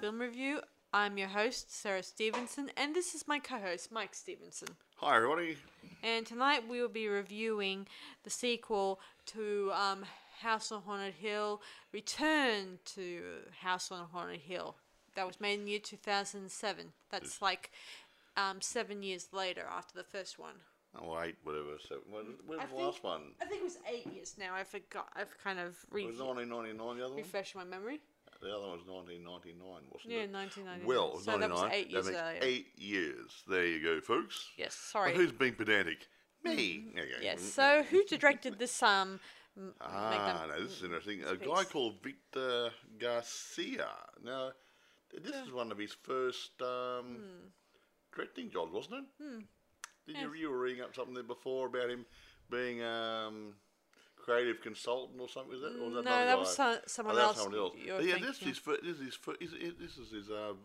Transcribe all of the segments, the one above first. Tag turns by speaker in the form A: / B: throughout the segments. A: Film Review. I'm your host, Sarah Stevenson, and this is my co host, Mike Stevenson.
B: Hi, everybody.
A: And tonight we will be reviewing the sequel to um, House on Haunted Hill Return to House on Haunted Hill. That was made in the year 2007. That's like um, seven years later after the first one.
B: Oh, wait, whatever. So, when, when
A: I
B: was the
A: think-
B: last one?
A: I think it was eight years now. I forgot. I've kind of
B: It
A: re-
B: was 1999, the other one?
A: refreshed my memory.
B: The other one was 1999, wasn't
A: Yeah,
B: it?
A: 1999.
B: Well, it was
A: so that
B: 99.
A: was eight years
B: that makes
A: earlier.
B: Eight years. There you go, folks.
A: Yes,
B: But
A: sorry. Mm-hmm.
B: who's being pedantic? Me. Okay.
A: Yes.
B: Mm,
A: So who directed this? Um. m-
B: Ah,
A: Magnum-
B: no, this is interesting. A
A: piece.
B: guy called Victor Garcia. Now, this is one of his first um,
A: Hmm.
B: directing jobs, wasn't it? Did you, you were reading up something there before about him being um, creative consultant or something? Was that, or was that
A: No,
B: another
A: that was
B: guy? Oh,
A: so- someone
B: that was
A: else you're
B: But yeah, this
A: thinking
B: is his first. This is his first. This is, this is his. Um,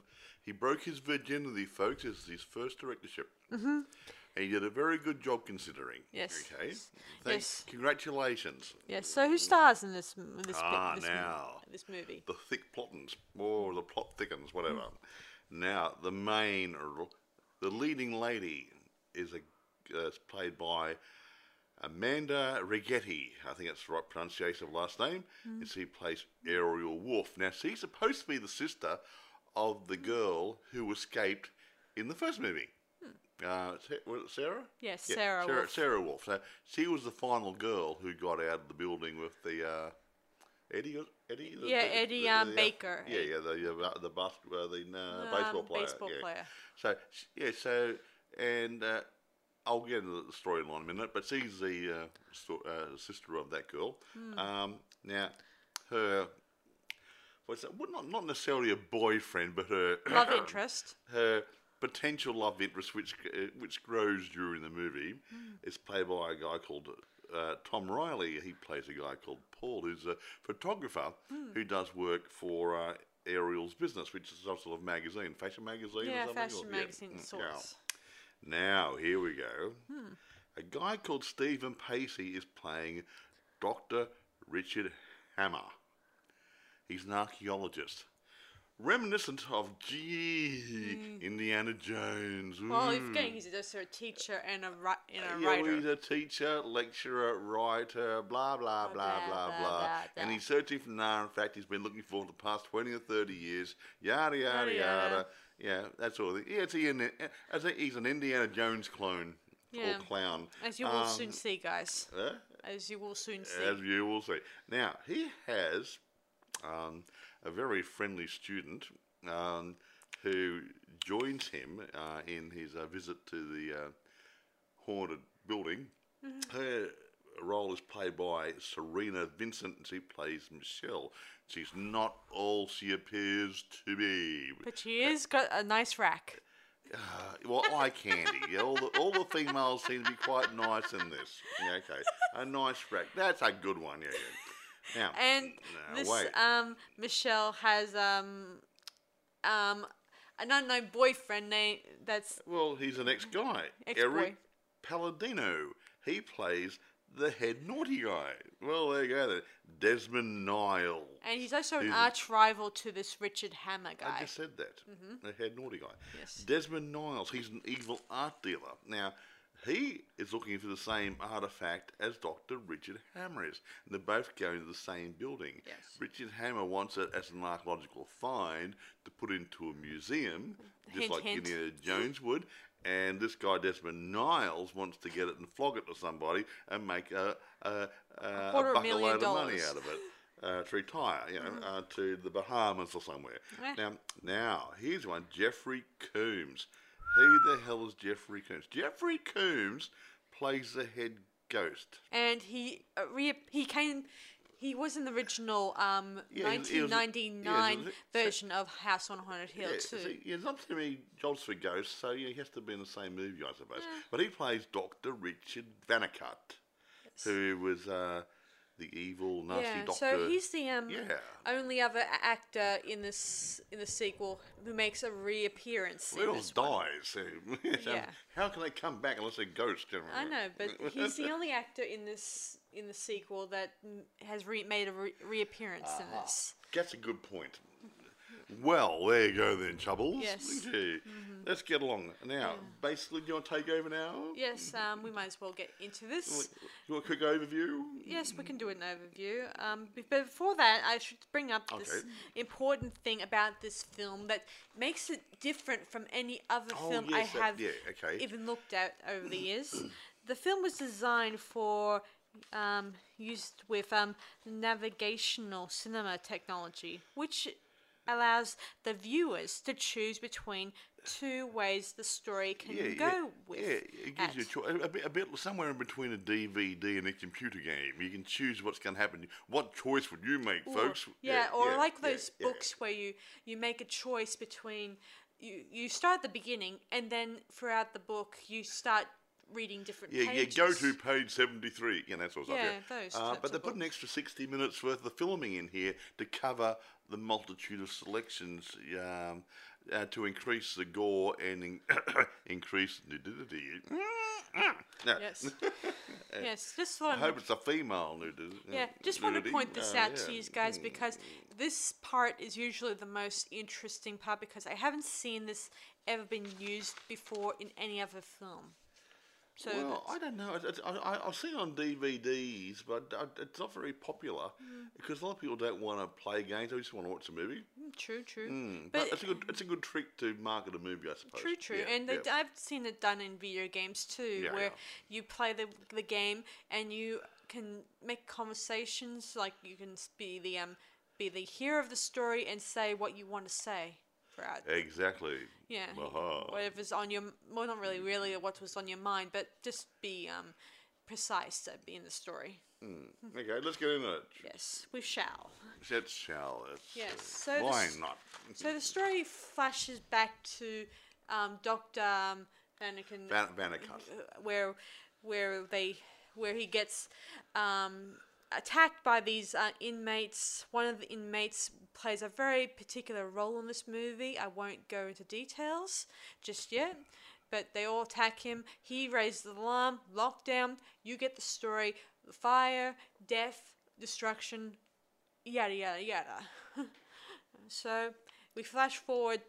B: he broke his virginity, folks. This is his first directorship. Mm-hmm. He did a very good job considering.
A: Yes.
B: Okay.
A: Yes.
B: Thanks. Congratulations.
A: Yes. So who stars in this? m- this bit-
B: Ah,
A: this mo-
B: now.
A: This movie.
B: the thick plottings, or the plot thickens, whatever.
A: Hmm.
B: Now the main, r- the leading lady is a uh, is played by Amanda Rigetti. I think that's the right pronunciation of last name.
A: Hmm.
B: And she plays Ariel Wolf. Now she's supposed to be the sister of
A: Hmm.
B: the girl who escaped in the first movie. Uh, Sa- was it Sarah?
A: Hmm. Yes,
B: Yeah,
A: Sarah
B: Sarah,
A: Wolfe.
B: Sarah Wolf. So she was the final girl who got out of the building with the uh, Eddie. was- Eddie. the-
A: Yeah,
B: the-
A: Eddie,
B: the-
A: um,
B: the-
A: Baker.
B: Yeah, yeah, the uh, the basketball, uh, the uh,
A: Um,
B: baseball player.
A: baseball
B: yeah.
A: player.
B: So sh- yeah, so and uh, I'll get into the storyline in a minute, but she's the uh, sto- uh, sister of that girl.
A: Hmm.
B: Um, now, her. What's that? Well, not not necessarily a boyfriend, but her
A: Love interest.
B: her potential love interest, which uh, which grows during the movie,
A: Hmm.
B: is played by a guy called uh, Tom Riley. He plays a guy called Paul, who's a photographer who
A: Hmm.
B: does work for uh, Ariel's Business, which is some sort of magazine, fashion magazine.
A: Yeah,
B: or something,
A: fashion
B: or- yeah,
A: magazine
B: mm, yeah.
A: sorts.
B: Now here we go. A guy called Stephen Pacey is playing Doctor Richard Hammer. He's an archaeologist. Reminiscent of gee Indiana Jones.
A: Well,
B: ooh.
A: if getting Oh, he's also a teacher and a ri- and a
B: Uh, Yeah, well,
A: writer.
B: he's a teacher, lecturer, writer, blah blah blah blah blah,
A: blah, blah, blah.
B: and he's searching for now. In fact, he's been looking for the past twenty or thirty years. Yada yada
A: Yada,
B: yada.
A: yada.
B: Yeah, that sort of thing. Yeah, it's he in, I think he's an Indiana Jones clone
A: Yeah.
B: or clown.
A: As you will
B: Um,
A: soon see, guys.
B: eh?
A: As you will soon see.
B: As you will see. Now, he has um, a very friendly student um, who joins him uh, in his uh, visit to the uh, haunted building. Her role is played by Serena Vincent, and she plays Michelle. She's not all she appears to be.
A: but she is got a nice rack.
B: Uh, well, eye candy. Yeah, all the all the females seem to be quite nice in this. Yeah, okay, a nice rack. That's a good one. Yeah, yeah. Now,
A: And
B: now,
A: this
B: wait.
A: um Michelle has um um an unknown boyfriend name that's
B: well, he's an ex-guy,
A: Ex-boy.
B: Eric Palladino. He plays the head naughty guy. Well, there you go. Then. Desmond Nile.
A: and he's also an
B: Who's-
A: arch rival to this Richard Hammer
B: I
A: guy. Mm-hmm.
B: just said that. The head naughty guy.
A: Yes.
B: Desmond Niles, he's an evil art dealer. Now, he is looking for the same artifact as Dr. Richard Hammer is. And they're both going to the same building.
A: Yes.
B: Richard Hammer wants it as an archaeological find to put into a museum, just
A: Hint,
B: like
A: hint.
B: Indiana Jones would. And this guy, Desmond Niles, wants to get it and flog it to somebody and make a, a, a, a
A: quarter of a
B: bucket
A: million
B: load of money
A: dollars. Mm-hmm.
B: out of it uh, to retire, you know, uh, to the Bahamas or somewhere.
A: Eh.
B: Now, now here's one: Jeffrey Coombs. Who the hell is Jeffrey Coombs? Jeffrey Coombs plays the head ghost.
A: and he uh, re- he came he was in the original um
B: Yeah, he was- he was- yeah, he
A: 1999
B: was-
A: version of House on Haunted Hill
B: Yeah,
A: too.
B: see, yeah, not too many jobs for ghosts, so yeah, he has to be in the same movie, I suppose. But he plays Doctor Richard Vanicut, who was uh, the evil nasty
A: yeah,
B: doctor.
A: so he's the um
B: Yeah.
A: only other a- actor in this in the sequel who makes a reappearance. in
B: Well,
A: this one.
B: dies. So,
A: Yeah.
B: How can they come back unless they're ghosts?
A: I know, but he's the only actor in this in the sequel that m- has re- made a re- reappearance in this.
B: That's a good point. Well, there you go then, Chubbles.
A: Yes. Mm-hmm.
B: Thank you. Let's get along now. Basically, do you want to take over now?
A: Yes, um, we might as well get into this.
B: Do you want a quick overview?
A: Yes, we can do an overview. Um, b- but before that, I should bring up this
B: Okay.
A: important thing about this film that makes it different from any other
B: Oh,
A: film
B: yes,
A: I
B: that-
A: have
B: yeah, okay.
A: even looked at over the years. The film was designed for um, used with um, navigational cinema technology, which allows the viewers to choose between two ways the story can go with.
B: Yeah, it gives you a
A: at.
B: choice. A bit, a bit somewhere in between a DVD and a computer game. You can choose what's going to happen. What choice would you make,
A: Or-
B: folks?
A: Yeah, or
B: yeah,
A: like
B: yeah,
A: those
B: yeah.
A: books where you you make a choice between you you start at the beginning and then throughout the book you start reading different
B: Yeah,
A: pages.
B: yeah. Go to page seventy-three. Yeah, that sort of
A: Yeah,
B: stuff.
A: those
B: Uh,
A: types
B: but they
A: of
B: put an extra sixty minutes worth of filming in here to cover the multitude of selections um, uh, to increase the gore and in- increase nudity. No,
A: Yes. yes, just
B: I
A: want
B: hope it's a female nudity. uh,
A: yeah, just want to
B: nudity.
A: point this
B: Uh,
A: out to
B: yeah.
A: you guys because this part is usually the most interesting part because I haven't seen this ever been used before in any other film. So
B: Well,
A: that's-
B: I don't know. It's- I, I, I've seen it on DVDs, but I- it's not very popular because a lot of people don't want to play games. They just want to watch a movie.
A: mm, true, true.
B: Hmm, But, uh, it's a good it's a good trick to market a movie, I suppose.
A: True, true,
B: Yeah,
A: and they,
B: yeah.
A: I've seen it done in video games too,
B: Yeah,
A: where
B: yeah.
A: you play the the game and you can make conversations, like you can s- be the um be the hero of the story and say what you want to say throughout.
B: Eh, exactly.
A: Yeah,
B: Aha.
A: whatever's on your m- well, not really, really what was on your mind, but just be um precise uh, in the story.
B: Okay, let's get into it.
A: Yes, we shall.
B: Let's shall us.
A: Yes, so
B: uh, Why
A: this-
B: not?
A: So the story flashes back to um, Doctor um, Anakin.
B: Van, Vanicut.
A: uh, where where they where he gets um, attacked by these uh, inmates. One of the inmates plays a very particular role in this movie. I won't go into details just yet, but they all attack him. He raises the alarm. Lockdown. You get the story. Fire, death, destruction, yada yada yada. so we flash forward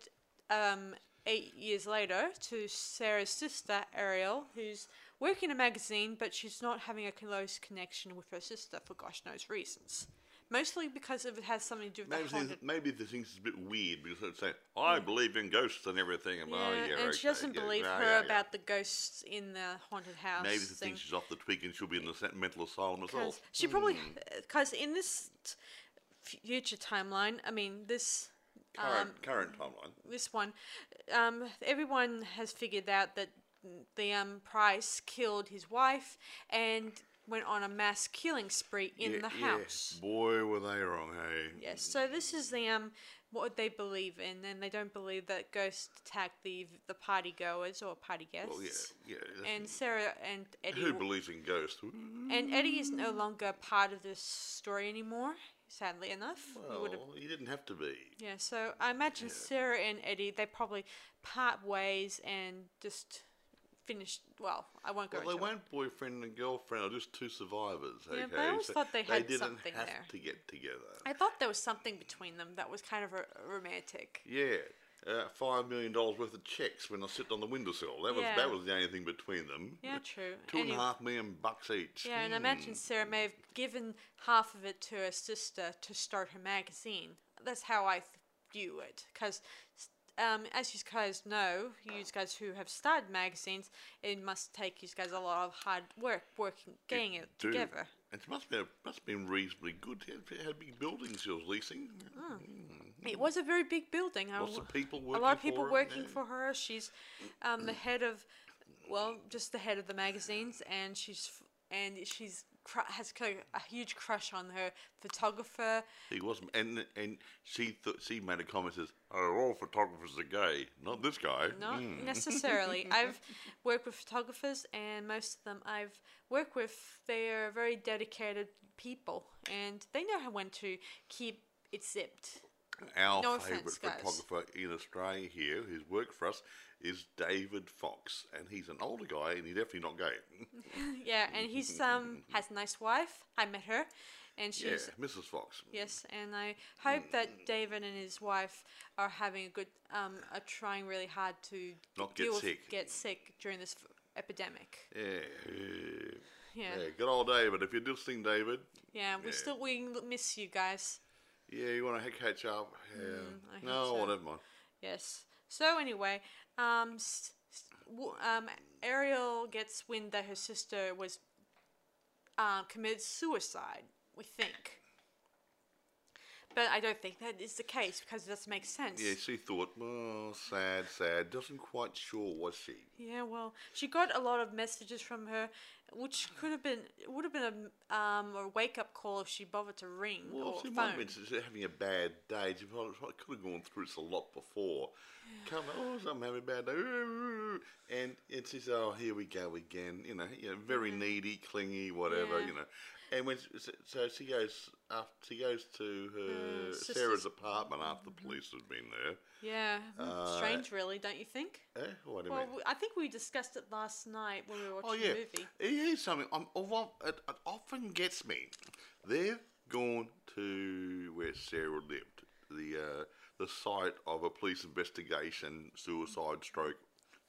A: um, eight years later to Sarah's sister Ariel, who's working in a magazine, but she's not having a close connection with her sister for gosh knows reasons. Mostly because of it has something to do with
B: Maybe,
A: the
B: things,
A: haunted.
B: maybe the thing's a bit weird because it's saying, I believe in ghosts and everything. And,
A: Yeah,
B: oh, yeah,
A: and
B: okay,
A: she doesn't
B: yeah,
A: believe
B: yeah,
A: her
B: yeah, yeah.
A: about the ghosts in the haunted house.
B: Maybe the
A: thing.
B: thing she's off the twig and she'll be in the sa- mental asylum herself.
A: Because she probably
B: hmm.
A: because in this t- future timeline, I mean this
B: Current, current timeline.
A: this one, um, everyone has figured out that the um, Price killed his wife and went on a mass killing spree in
B: Yeah,
A: the
B: yeah.
A: house.
B: Boy, were they wrong, hey?
A: Yes, so this is the um, what they believe in, and they don't believe that ghosts attack the the party goers or party guests.
B: Well, yeah, yeah. that's-
A: And Sarah and Eddie
B: Who
A: w-
B: believes in ghosts?
A: and Eddie is no longer part of this story anymore. Sadly enough, you would have
B: Well, you didn't have to be.
A: Yeah, so I imagine Sarah and Eddie, they probably part ways and just finish. Well, I won't go
B: Well, they
A: into it.
B: weren't boyfriend and girlfriend, are just two survivors. Okay?
A: Yeah, but I always thought they had
B: didn't
A: something
B: have
A: there.
B: to get together.
A: I thought there was something between them that was kind of r- romantic.
B: Yeah. Uh, Five million dollars worth of checks when I sit on the windowsill. That was
A: Yeah.
B: that was the only thing between them.
A: Yeah, true.
B: Two and a
A: Anyway-
B: half million bucks each. Hmm,
A: Yeah, and I imagine Sarah may have given half of it to her sister to start her magazine. That's how I th- view it, because um, as you guys know, you guys who have started magazines, it must take you guys a lot of hard work working, getting it,
B: Dude,
A: together.
B: It must be must have been reasonably good. Had, had big buildings she was leasing.
A: It was a very big building. I
B: Lots of
A: w-
B: people
A: Hmm, a lot
B: working
A: of people
B: for it,
A: working
B: yeah.
A: for her. She's um, the head of, well, just the head of the magazines, and she's f- and she's cr- has co- a huge crush on her photographer.
B: He wasn't, and and she th- she made a comment says, "Oh, all photographers are gay, not this guy."
A: Not necessarily. I've worked with photographers, and most of them I've worked with, they are very dedicated people, and they know how when to keep it zipped.
B: Our
A: No
B: favourite
A: offence, guys.
B: photographer in Australia here, who's worked for us, is David Fox, and he's an older Mm, guy, and he's definitely not gay.
A: Yeah, and he's um has a nice wife. I met her, and she's
B: Yeah, Mrs. Fox.
A: Yes, and I hope that
B: Mm.
A: David and his wife are having a good, um, are trying really hard to
B: Not get
A: deal with-
B: sick.
A: get sick during this f- epidemic.
B: Yeah.
A: Yeah,
B: Yeah,
A: yeah.
B: good old David. If you're listening, David,
A: we still we l- miss you guys.
B: yeah, you want to catch up? Yeah.
A: Mm, I
B: no,
A: hope so.
B: oh, never mind.
A: Yes. So anyway, um, s- s- w- um, Ariel gets wind that her sister was uh, committed suicide. We think. But I don't think that is the case because it doesn't make sense.
B: Yeah, she thought, oh, sad, sad. Doesn't quite sure, was she?
A: Yeah, well, she got a lot of messages from her, which could have been it would have been a um a wake up call if she bothered to ring
B: Well,
A: or
B: she might have
A: phone.
B: been just having a bad day. She probably, probably could have gone through this a lot before. Come, oh, I'm having a bad day. And it's just, oh, here we go again. You know, you know very needy, clingy, whatever,
A: Yeah.
B: you know. And when she, so she goes up, she goes to her
A: Uh, sister's-
B: Sarah's apartment after the police had been there.
A: Yeah,
B: Uh,
A: strange, really, don't you think?
B: Eh? What do you
A: Well,
B: mean?
A: we, I think we discussed it last night when we were watching
B: Oh yeah,
A: the movie.
B: it is something. I'm, of- of- it, it often gets me. They've gone to where Sarah lived, the uh, the site of a police investigation, suicide, stroke,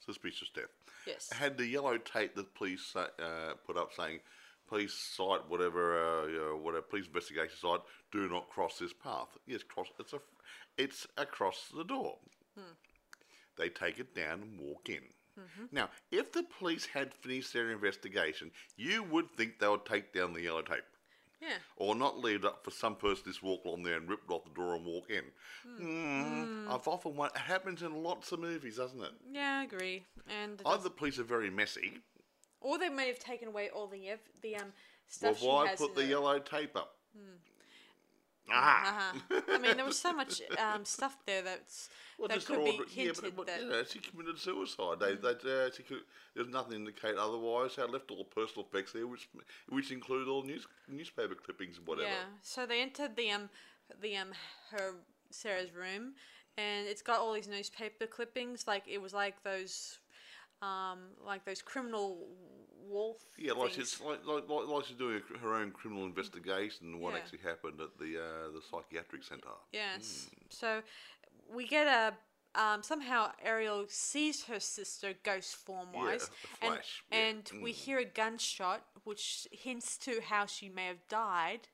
B: suspicious death.
A: Yes.
B: Had the yellow tape that police sa- uh, put up saying, "Police site, whatever, uh, you know, whatever police investigation site, do not cross this path." Yes, cross. It's a, it's across the door they take it down and walk in. Now, if the police had finished their investigation, you would think they would take down the yellow tape
A: Yeah.
B: or not leave it up for some person to just walk along there and rip it off the door and walk in. Mm. I've often wondered, it happens in lots of movies, doesn't it?
A: Yeah, I agree. And it
B: Either
A: does-
B: the police are very messy,
A: or they may have taken away all the ev- the um
B: or
A: stuff she
B: why
A: has
B: put
A: in
B: the
A: her-
B: yellow tape up? Ah,
A: Uh-huh. I mean, there was so much um, stuff there that's
B: Well,
A: that
B: just
A: could
B: all-
A: be
B: yeah,
A: hinted
B: but, but,
A: that. Hmm.
B: you know, she committed suicide. They, they, uh, she could, there's nothing to indicate otherwise. They left all the personal effects there, which which include all news, newspaper clippings and whatever.
A: Yeah. So they entered the um the um her Sarah's room, and it's got all these newspaper clippings. Like it was like those, um, like those criminal wolf.
B: Yeah, like
A: things.
B: she's like, like, like, like she's doing a, her own criminal investigation and what
A: Yeah.
B: actually happened at the uh, the psychiatric centre.
A: Yes.
B: hmm.
A: So we get a. Um, somehow Ariel sees her sister ghost form wise,
B: a
A: and,
B: flash, yeah. hmm.
A: and we hear a gunshot, which hints to how she may have died.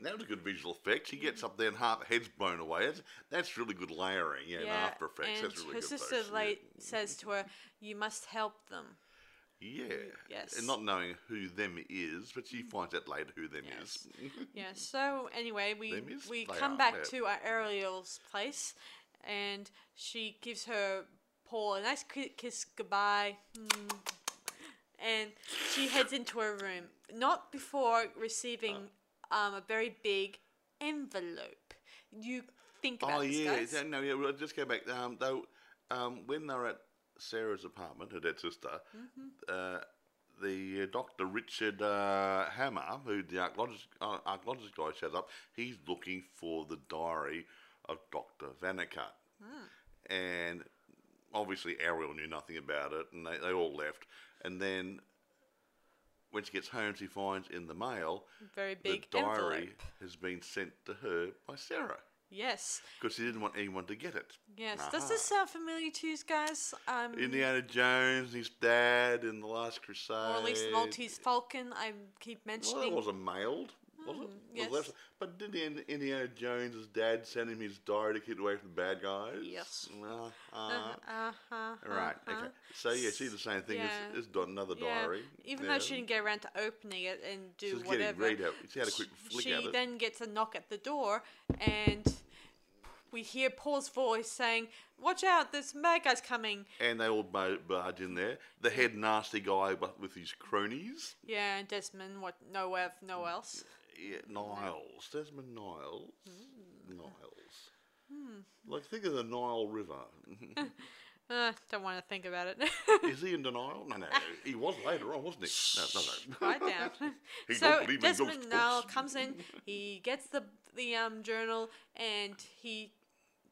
B: That was a good visual effect. She gets up there and half her head's blown away. That's, that's really good layering. Yeah, and after effects.
A: and
B: that's really
A: her
B: good.
A: sister
B: those, yeah.
A: late says to her, "You must help them."
B: Yeah.
A: yes. Mm.
B: And not knowing who them is, but she finds out later who them
A: Yes.
B: is.
A: Yeah. So anyway, we
B: Them is
A: we
B: they
A: come
B: are,
A: back
B: yeah.
A: to our Ariel's place, and she gives her Paul a nice ki- kiss goodbye, mm, and she heads into her room. Not before receiving
B: Uh.
A: um, a very big envelope. You think about
B: Oh
A: this,
B: yeah,
A: guys?
B: yeah, no, yeah. Well, just go back. Um, though, um, when they were at Sarah's apartment, her dead sister,
A: Mm-hmm.
B: uh, the uh, Doctor Richard uh, Hammer, who the archaeologist, uh, archaeologist guy shows up, he's looking for the diary of Doctor Vanicut,
A: Hmm.
B: and obviously Ariel knew nothing about it, and they, they all left. And then when she gets home, she finds in the mail
A: Very big
B: the diary
A: envelope.
B: has been sent to her by Sarah
A: Yes.
B: because he didn't want anyone to get it.
A: Yes. Does this sound familiar to you guys? Um,
B: Indiana Jones, his dad, and the Last Crusade.
A: or at least the Maltese Falcon. I keep
B: Well, that
A: mentioning.
B: wasn't mailed, was it?
A: Hmm, yes.
B: Was that- but did Ind- Indiana Jones's dad send him his diary to keep away from the bad guys?
A: Yes.
B: Uh-huh.
A: uh huh.
B: Right.
A: uh-huh.
B: Okay. So yeah, see the same thing.
A: Yeah.
B: It's, it's got another diary.
A: Yeah, even
B: Yeah.
A: though she didn't get around to opening it and do
B: She's getting
A: whatever.
B: read out. She had a quick
A: sh-
B: flick
A: she
B: at it.
A: then gets a knock at the door, and we hear Paul's voice saying, "Watch out! There's some bad guys coming."
B: and they all bar- barge in there. The head nasty guy, but with his cronies.
A: Yeah, and Desmond, what? No, ev, no else.
B: Yeah, Niles. Desmond Niles.
A: Hmm.
B: Niles. Like, think of the Nile River.
A: Uh, don't want to think about it.
B: Is he in denial? No, no. He was later on, wasn't he? No, no, no.
A: Quiet down.
B: He don't
A: so
B: believe in
A: Desmond
B: ghost
A: now
B: books.
A: comes in. He gets the the um, journal, and he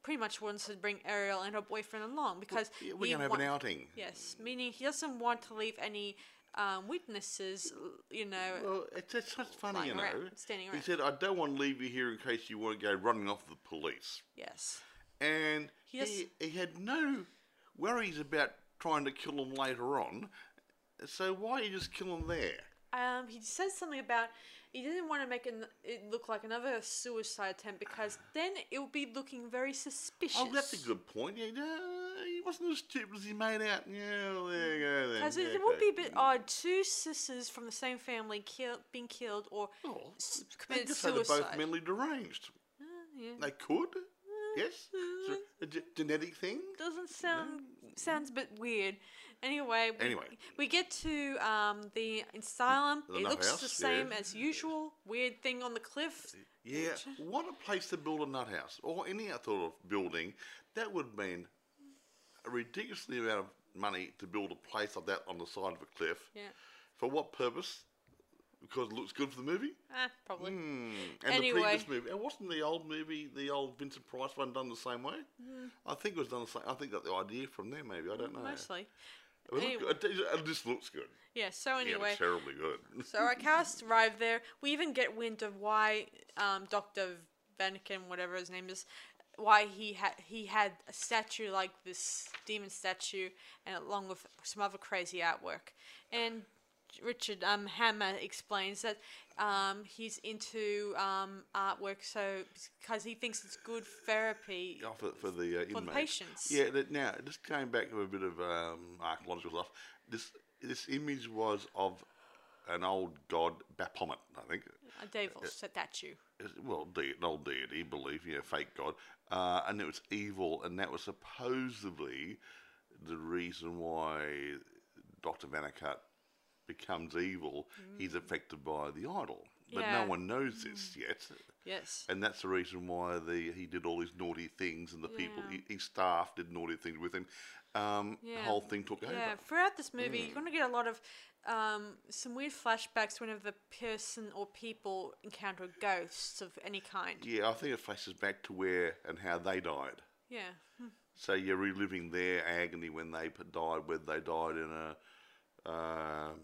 A: pretty much wants to bring Ariel and her boyfriend along because
B: Yeah, We're
A: he
B: going to have
A: want-
B: an outing.
A: Yes, meaning he doesn't want to leave any um, witnesses, l- you know.
B: Well, it's, it's not funny,
A: lying
B: you know.
A: around, standing
B: He
A: around.
B: said, I don't want to leave you here in case you want to go running off the police.
A: Yes.
B: And
A: He
B: he,
A: does-
B: he, had no worries about trying to kill him later on. So why you just kill him there?
A: Um, he says something about he didn't want to make an, it look like another suicide attempt because then it would be looking very suspicious.
B: Oh, that's a good point. Yeah, no, he wasn't as stupid as he made out. Yeah, well, there you go. Then.
A: Because it,
B: Yeah,
A: it would
B: okay.
A: be a bit odd. Two sisters from the same family kill, being killed or
B: Oh,
A: s-
B: They
A: committed
B: just say they're both
A: suicide.
B: mentally deranged.
A: Uh, yeah.
B: They could. Yes, it's
A: uh,
B: a- a, ge- genetic thing.
A: doesn't sound sounds a bit weird. Anyway, we,
B: Anyway.
A: we get to um, the asylum.
B: The
A: it
B: nut
A: looks the
B: house,
A: same
B: yeah.
A: as usual. Weird thing on the cliff.
B: Yeah, what a place to build a nut house or any other sort of building. That would mean a ridiculously amount of money to build a place like that on the side of a cliff.
A: Yeah,
B: For what purpose? Because it looks good for the movie.
A: ah, probably.
B: Mm, Hmm. And
A: Anyway.
B: the previous movie, and wasn't the old movie, the old Vincent Price one, done the same way?
A: Hmm.
B: I think it was done the same. I think got the idea from there, maybe. I don't know.
A: Mostly.
B: It, looked
A: Anyway.
B: good. It- it just looks good.
A: Yeah. So
B: Yeah,
A: anyway,
B: it's terribly good.
A: so our cast arrive there. We even get wind of why um, Doctor Vanikin, whatever his name is, why he had he had a statue like this demon statue, and along with some other crazy artwork. And Richard um, Hammer explains that um, he's into um, artwork, so because he thinks it's good therapy.
B: Oh, for, for the uh,
A: the
B: inmates.
A: patients.
B: Yeah. That, now, just going back to a bit of um, archaeological stuff. This this image was of an old god Baphomet, I think.
A: A devil statue.
B: It's- Well, de- an old deity, believe yeah, fake god, uh, and it was evil, and that was supposedly the reason why Doctor Vanicut becomes evil. He's affected by the idol, but
A: Mm. Yeah. Mm.
B: no one knows this yet.
A: Yes.
B: And that's the reason why the he did all these naughty things, and the people
A: Yeah.
B: he, his staff did naughty things with him. Um, The
A: Yeah.
B: whole thing took
A: Yeah,
B: over.
A: throughout this movie,
B: Mm.
A: you're going to get a lot of um, some weird flashbacks whenever the person or people encounter ghosts of any kind. Yeah.
B: Yeah, I think it flashes back to where and how they died. So you're reliving their agony when they p- died, whether they died in a, um,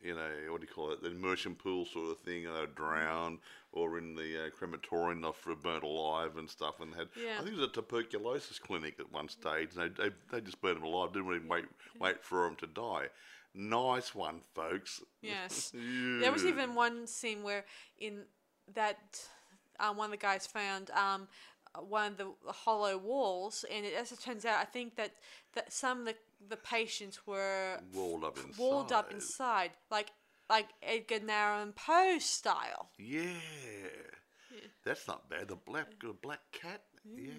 B: you know, what do you call it, the immersion pool sort of thing, and they were drowned, or in the uh, crematorium, they were burnt alive and stuff, and had.
A: Yeah.
B: I think it was a tuberculosis clinic at one stage, and they they, they just burned them alive, didn't even wait wait for them to die. Nice one, folks.
A: Yes. There was
B: Yeah.
A: even one scene where in that um, one of the guys found um, one of the hollow walls, and it, as it turns out, I think that, that some of the, the patients were
B: walled up inside.
A: walled up inside, like like Edgar Allan Poe style.
B: Yeah. That's not bad. The black a black cat. Yeah.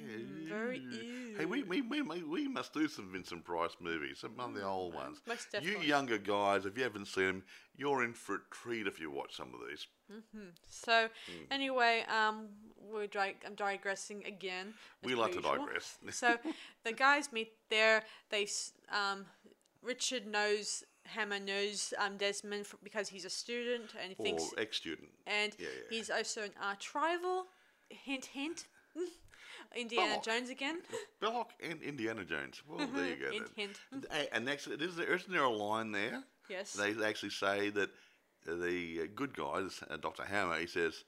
A: very
B: ew. Mm. Hey, we, we, we, may- we must do some Vincent Price movies, some of the old ones.
A: Mm, Most
B: You
A: definitely.
B: younger guys, if you haven't seen them, you're in for a treat if you watch some of these.
A: So
B: Mm.
A: anyway, um, we're dig- I'm digressing again. as
B: We like to
A: usual.
B: digress.
A: so the guys meet there. They s- um, Richard knows Hammer knows um, Desmond f- because he's a student and he
B: Or
A: thinks
B: ex student.
A: and
B: yeah, yeah.
A: he's also an arch rival. Hint, hint. Indiana
B: Belloc.
A: Jones again.
B: Belloc and Indiana Jones. Well, there you go.
A: Mm-hmm. Hint,
B: then.
A: hint.
B: Hey, And actually, is there, isn't there a line there?
A: Yes.
B: They actually say that the uh, good guy, this, uh, Dr. Hammer, he says,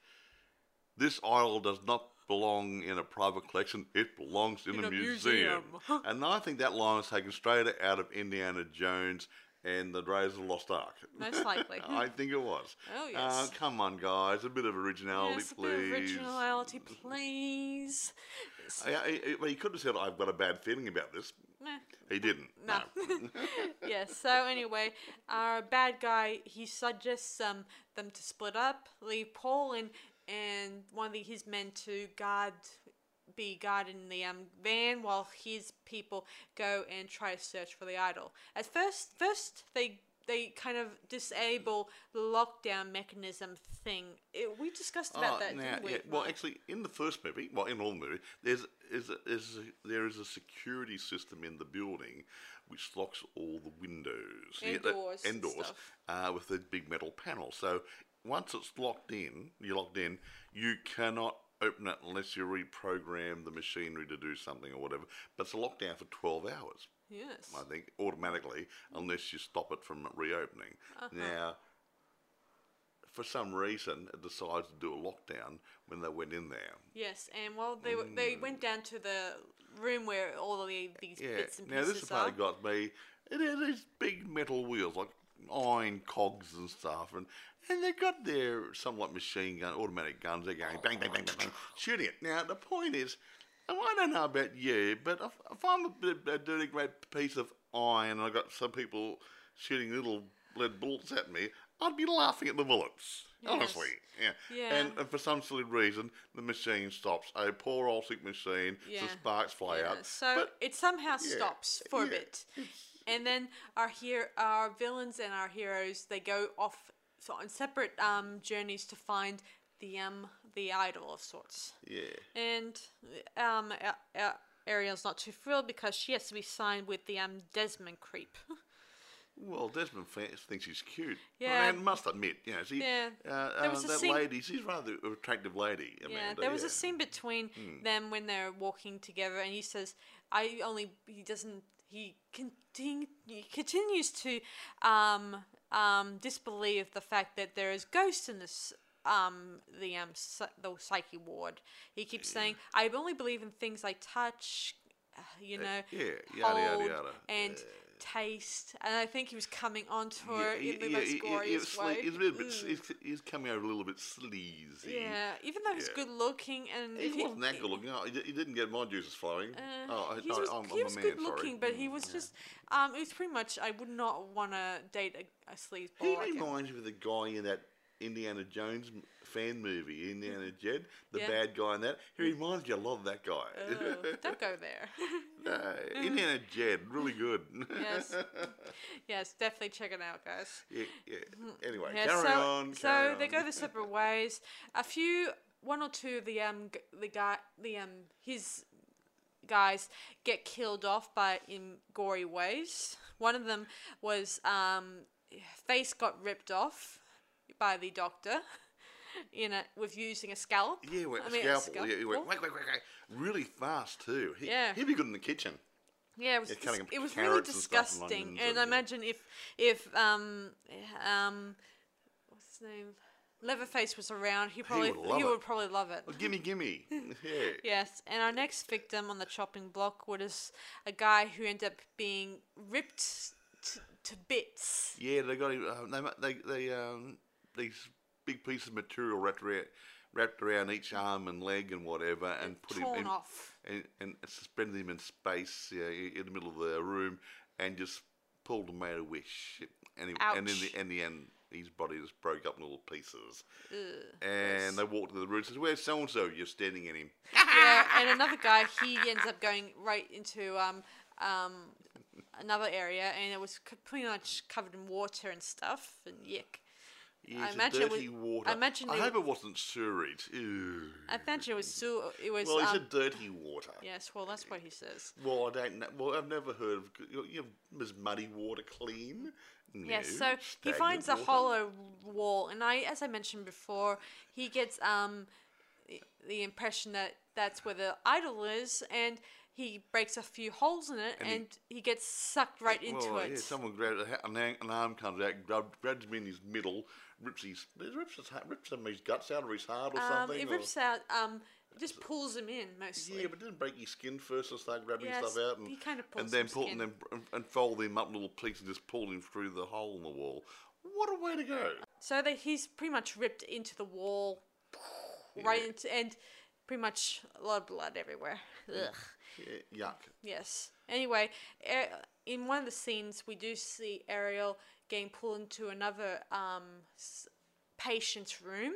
B: This idol does not belong in a private collection, it belongs in,
A: In
B: a,
A: a
B: museum.
A: museum.
B: and I think that line was taken straight out of Indiana Jones and the Raiders of the Lost Ark.
A: Most likely.
B: I think it was.
A: Oh,
B: Uh,
A: yes.
B: come on, guys. A bit of originality,
A: Yes, a
B: please.
A: bit of originality, please.
B: I- I- I- well, he could have said, I've got a bad feeling about this.
A: Meh.
B: He didn't.
A: No. yeah, so anyway, our bad guy, he suggests um, them to split up, leave Paul and, and one of the, his men to guard, be guarding the um, van while his people go and try to search for the idol. At first, first they they kind of disable the lockdown mechanism thing. It, we discussed about
B: Oh,
A: that,
B: now,
A: didn't we?
B: yeah, Well,
A: Mark?
B: actually, in the first movie, well, in all movies, there's is a, is a, there is a security system in the building which locks all the windows
A: And
B: that-
A: doors
B: and
A: and
B: doors
A: stuff.
B: uh, with a big metal panel. So once it's locked in, you're locked in. You cannot open it unless you reprogram the machinery to do something or whatever. But it's a lockdown for 12 hours,
A: Yes.
B: I think, automatically, unless you stop it from reopening. Now, for some reason, it decided to do a lockdown when they went in there.
A: Yes, and while they were, they went down to the room where all of the, these
B: Mm. Yeah.
A: bits and
B: now,
A: pieces
B: this is part
A: are.
B: that got me. It is these big metal wheels, like iron cogs and stuff, and and they got their somewhat machine gun, automatic guns. They're going bang, bang, bang, bang, bang, shooting it. Now the point is, and I don't know about you, but if, if I'm a, bit- uh, doing a great piece of iron, and I got some people shooting little lead bullets at me. I'd be laughing at the bullets, honestly. Yeah.
A: Yeah.
B: And, and for some silly reason, the machine stops. A poor old sick machine.
A: Yeah.
B: Some sparks fly
A: Yeah,
B: out.
A: So
B: But
A: it somehow
B: yeah,
A: stops for a
B: yeah,
A: bit, and then our here our villains and our heroes they go off so on separate um, journeys to find the um the idol of sorts.
B: Yeah.
A: And um, A- A- Ariel's not too thrilled because she has to be signed with the um Desmond creep.
B: Well, Desmond fa- thinks she's cute.
A: Yeah.
B: And must admit, you know, she,
A: Yeah.
B: uh,
A: There
B: uh,
A: was a
B: that
A: scene-
B: lady, she's rather an attractive lady. Amanda.
A: Yeah, there was a scene between
B: Hmm.
A: them when they're walking together, and he says, "I only." He doesn't. He continue, he continues to um, um, disbelieve the fact that there is ghosts in this um, the um, psy- the psyche ward. He keeps saying, "I only believe in things I touch." uh, You know,
B: yeah, yada, yada,
A: hold,
B: yada.
A: and taste, and I think he was coming onto her in the most
B: it's,
A: glorious
B: sle-
A: way.
B: it's a little bit,
A: Ooh.
B: it's, it's coming out a little bit sleazy.
A: Mm. Yeah, even though he's
B: Yeah.
A: good looking and
B: He wasn't that good looking. Oh, he, di- he didn't get my juices flowing.
A: Uh,
B: oh, I,
A: he
B: I,
A: was,
B: I'm,
A: he
B: I'm
A: was
B: a man,
A: good
B: sorry.
A: looking, but he was just um, it was pretty much I would not want to date a, a sleazeball.
B: He
A: like him.
B: reminds me of the guy in that Indiana Jones m- fan movie, Indiana Jed,
A: Mm-hmm.
B: the
A: Yeah. Mm.
B: bad guy in that. He reminds you a lot of that guy.
A: Oh, Mm. don't go there.
B: no, Indiana Jed, really good.
A: yes, yes, definitely check it out, guys.
B: Yeah, yeah. Anyway,
A: Mm-hmm. Yeah, so,
B: carry on.
A: so
B: carry
A: they
B: on.
A: go their separate ways. A few, one or two of the um g- the guy the um his guys get killed off by in gory ways. One of them was um face got ripped off by the doctor. In a, with using a scalp.
B: Yeah, he went
A: I mean, a
B: scalpel. Yeah, he went whack, whack, whack, whack. Really fast too. He,
A: Yeah.
B: He'd be good in the kitchen.
A: Yeah, it was,
B: Yeah,
A: dis-
B: cutting up
A: it was really
B: carrots and stuff and
A: disgusting.
B: onions
A: And,
B: and-
A: I imagine if if um um what's his name Leatherface was around, he probably
B: would love
A: he
B: it.
A: would probably love it.
B: Oh, gimme, gimme. yeah.
A: Yes, and our next victim on the chopping block was a guy who ended up being ripped to, to bits.
B: Yeah, they got him. Um, they ma- they they um these big pieces of material wrapped around wrapped around each arm and leg and whatever, and put him
A: torn
B: in,
A: off.
B: and and suspended him in space yeah, i- in the middle of the room, and just pulled him made a wish. And, he, and in
A: Ouch.
B: the in the end, his body just broke up in little pieces. and they walked to the room. and Says, "Where's so and so? You're standing at him."
A: yeah, and another guy he ends up going right into um um another area, and it was c- pretty much covered in water and stuff and yuck.
B: Yeah, it's a
A: imagine it was-
B: dirty water.
A: I imagine
B: I
A: they-
B: hope it wasn't sewerage. Ew.
A: I imagine it was so. It was.
B: Well, it's a
A: um,
B: dirty water.
A: yes, well, that's what he says.
B: Well, I don't know. Well, I've never heard of you know, is muddy water clean? No.
A: Yes, so he
B: stagnant
A: finds a
B: water.
A: hollow wall, and I, as I mentioned before, he gets um i- the impression that that's where the idol is, and he breaks a few holes in it, and,
B: he-
A: he, gets sucked right into
B: well,
A: it.
B: Yeah, someone grabs a ha- an, an- an arm comes out, grabs, grabs him in his middle, rips his rips his heart- rips some of his guts out or his heart or
A: um,
B: something.
A: it
B: or-
A: rips out. Um, it just pulls him in mostly.
B: yeah, but didn't break his skin first and start grabbing
A: Yes,
B: stuff out and
A: he kinda
B: and
A: pulls
B: then
A: some
B: pull
A: skin.
B: and then br- and fold him up in little pieces and just pull him through the hole in the wall. What a way to go!
A: so that he's pretty much ripped into the wall, right into and pretty much a lot of blood everywhere. Ugh.
B: Yeah, yuck.
A: Yes. Anyway, er, in one of the scenes, we do see Ariel getting pulled into another um, s- patient's room,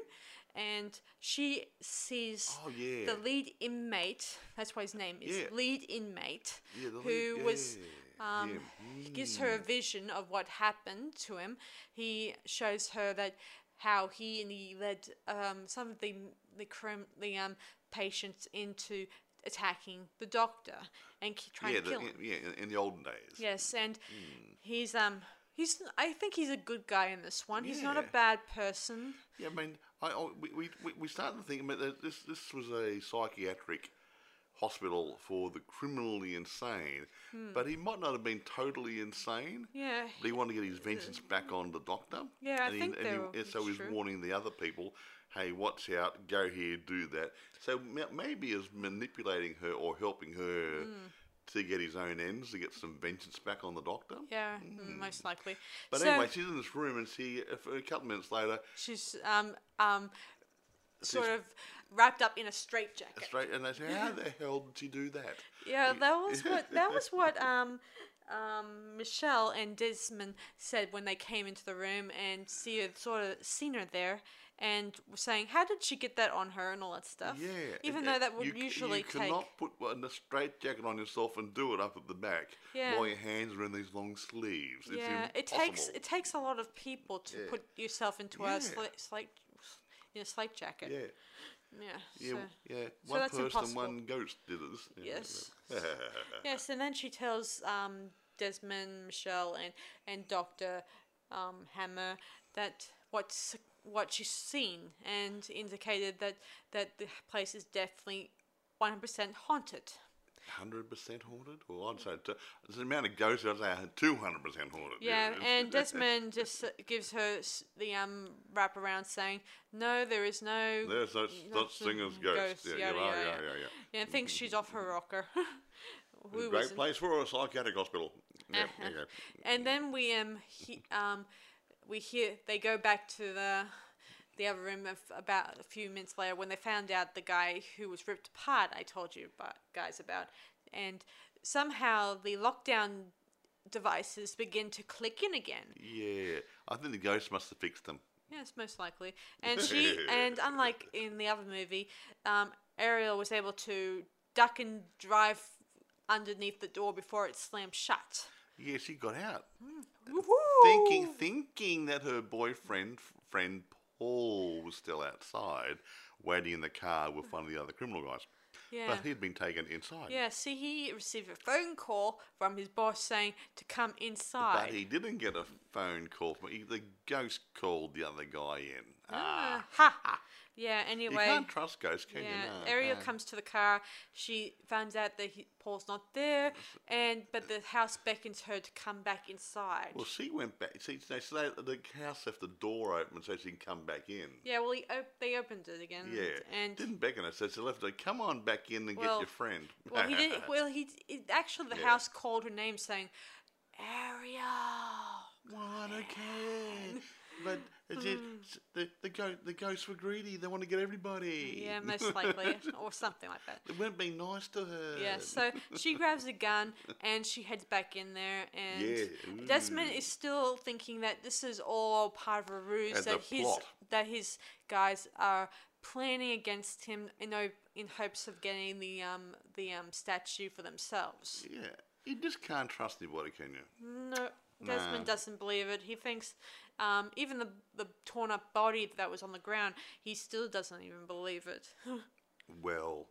A: and she sees
B: Oh, yeah.
A: the lead inmate. That's why his name is
B: Yeah.
A: lead inmate,
B: Yeah, the
A: who
B: lead-
A: was.
B: yeah, Hmm.
A: Um,
B: yeah.
A: he Gives her a vision of what happened to him. He shows her that how he and he led um, some of the the, crim, the um, patients into attacking the doctor and ki- trying
B: Yeah,
A: to
B: the,
A: kill him.
B: yeah, in, in the olden days.
A: Yes, and
B: Hmm.
A: he's um he's I think he's a good guy in this one. He's not a
B: Yeah.
A: bad person.
B: Yeah, I mean, I, I we, we, we- we started to think I mean, that this this was a psychiatric hospital for the criminally insane,
A: Hmm.
B: but he might not have been totally insane.
A: Yeah.
B: But he wanted to get his vengeance back on the doctor.
A: Yeah, I
B: and he,
A: think
B: and
A: they
B: he-
A: were-
B: and so
A: that's
B: he was
A: true.
B: warning the other people, "Hey, watch out! Go here, do that." So ma- maybe is manipulating her or helping her
A: Hmm.
B: to get his own ends to get some vengeance back on the doctor.
A: Yeah, most likely.
B: Hmm. But
A: so
B: anyway, she's in this room and she, a a couple minutes later,
A: she's um um sort
B: She's-
A: of wrapped up in a straitjacket.
B: straight and they say, "How the hell did she do that?"
A: Yeah, that was what that was what um, um, Michelle and Desmond said when they came into the room and see her, sort of seen her there and were saying, "How did she get that on her?" and all that stuff.
B: Yeah,
A: even
B: and-
A: though
B: and
A: that would
B: you c-
A: usually
B: you
A: take.
B: cannot put one- a straight jacket on yourself and do it up at the back
A: Yeah.
B: while your hands are in these long sleeves. It's
A: Yeah, it takes
B: impossible.
A: it takes a lot of people to
B: Yeah.
A: put yourself into
B: Yeah.
A: a slate, slate, you know, slate jacket.
B: Yeah,
A: Yeah.
B: yeah,
A: so-
B: yeah. One
A: that's
B: person,
A: impossible.
B: one ghost did this. Yeah,
A: Yes.
B: yeah.
A: Yes, and then she tells um, Desmond, Michelle, and and Doctor um, Hammer that what's what she's seen, and indicated that that the place is definitely one hundred percent haunted.
B: hundred percent haunted. Well, I'd say t- the amount of ghosts. I'd say two hundred percent haunted.
A: Yeah,
B: it's-
A: and Desmond just s- gives her s- the um wraparound, saying, "No, there is no."
B: There's such such
A: nothing-
B: thing as ghosts. Yeah,
A: yada,
B: you are,
A: yada,
B: yeah,
A: yada.
B: yeah, yeah.
A: Yeah, thinks she's off her rocker. Who Uh-huh.
B: Great
A: isn't?
B: place for a psychiatric hospital. Yeah, there you go.
A: And then we um he, um we hear they go back to the the other room of, about a few minutes later when they found out the guy who was ripped apart. I told you about, guys about, and somehow the lockdown devices begin to click in again.
B: Yeah, I think the ghosts must have fixed them.
A: Yes, most likely. And she and unlike in the other movie, um, Ariel was able to duck and drive underneath the door before it slammed shut.
B: Yeah, she got out.
A: Woohoo!
B: thinking thinking that her boyfriend friend Paul was still outside waiting in the car with one of the other criminal guys.
A: Yeah.
B: But he'd been taken inside.
A: Yeah, see, he received a phone call from his boss saying to come
B: But
A: inside.
B: he didn't get a phone call from he, the ghost called the other guy in. Ah.
A: Ah, ha ha. Yeah,
B: You
A: anyway.
B: can't trust ghosts, can
A: yeah,
B: you? No,
A: Ariel
B: no.
A: comes to the car. She finds out that he, Paul's not there, and but the house beckons her to come back inside.
B: Well, she went back. See, so they, the house left the door open so she can come back in.
A: yeah, well, he op- they opened it again.
B: Yeah.
A: and
B: didn't beckon her, so she left her. Come on back in and
A: Well-
B: get your friend.
A: well, he did. Well, he it, actually the
B: Yeah.
A: house called her name, saying, "Ariel."
B: Well, I don't care. But it's it,
A: Hmm.
B: s- the the, go- the ghosts were greedy. They want to get everybody.
A: Yeah, most likely, or something like that.
B: they weren't being nice to her.
A: Yeah, so she grabs a gun and she heads back in there, and
B: Yeah, Mm.
A: Desmond is still thinking that this is all part of a ruse
B: As a
A: that his
B: plot.
A: that his guys are planning against him in o- in hopes of getting the um the um statue for themselves.
B: yeah, you just can't trust anybody, can you?
A: No, Desmond
B: Nah.
A: doesn't believe it. He thinks um, even the the torn up body that was on the ground, he still doesn't even believe it.
B: Well,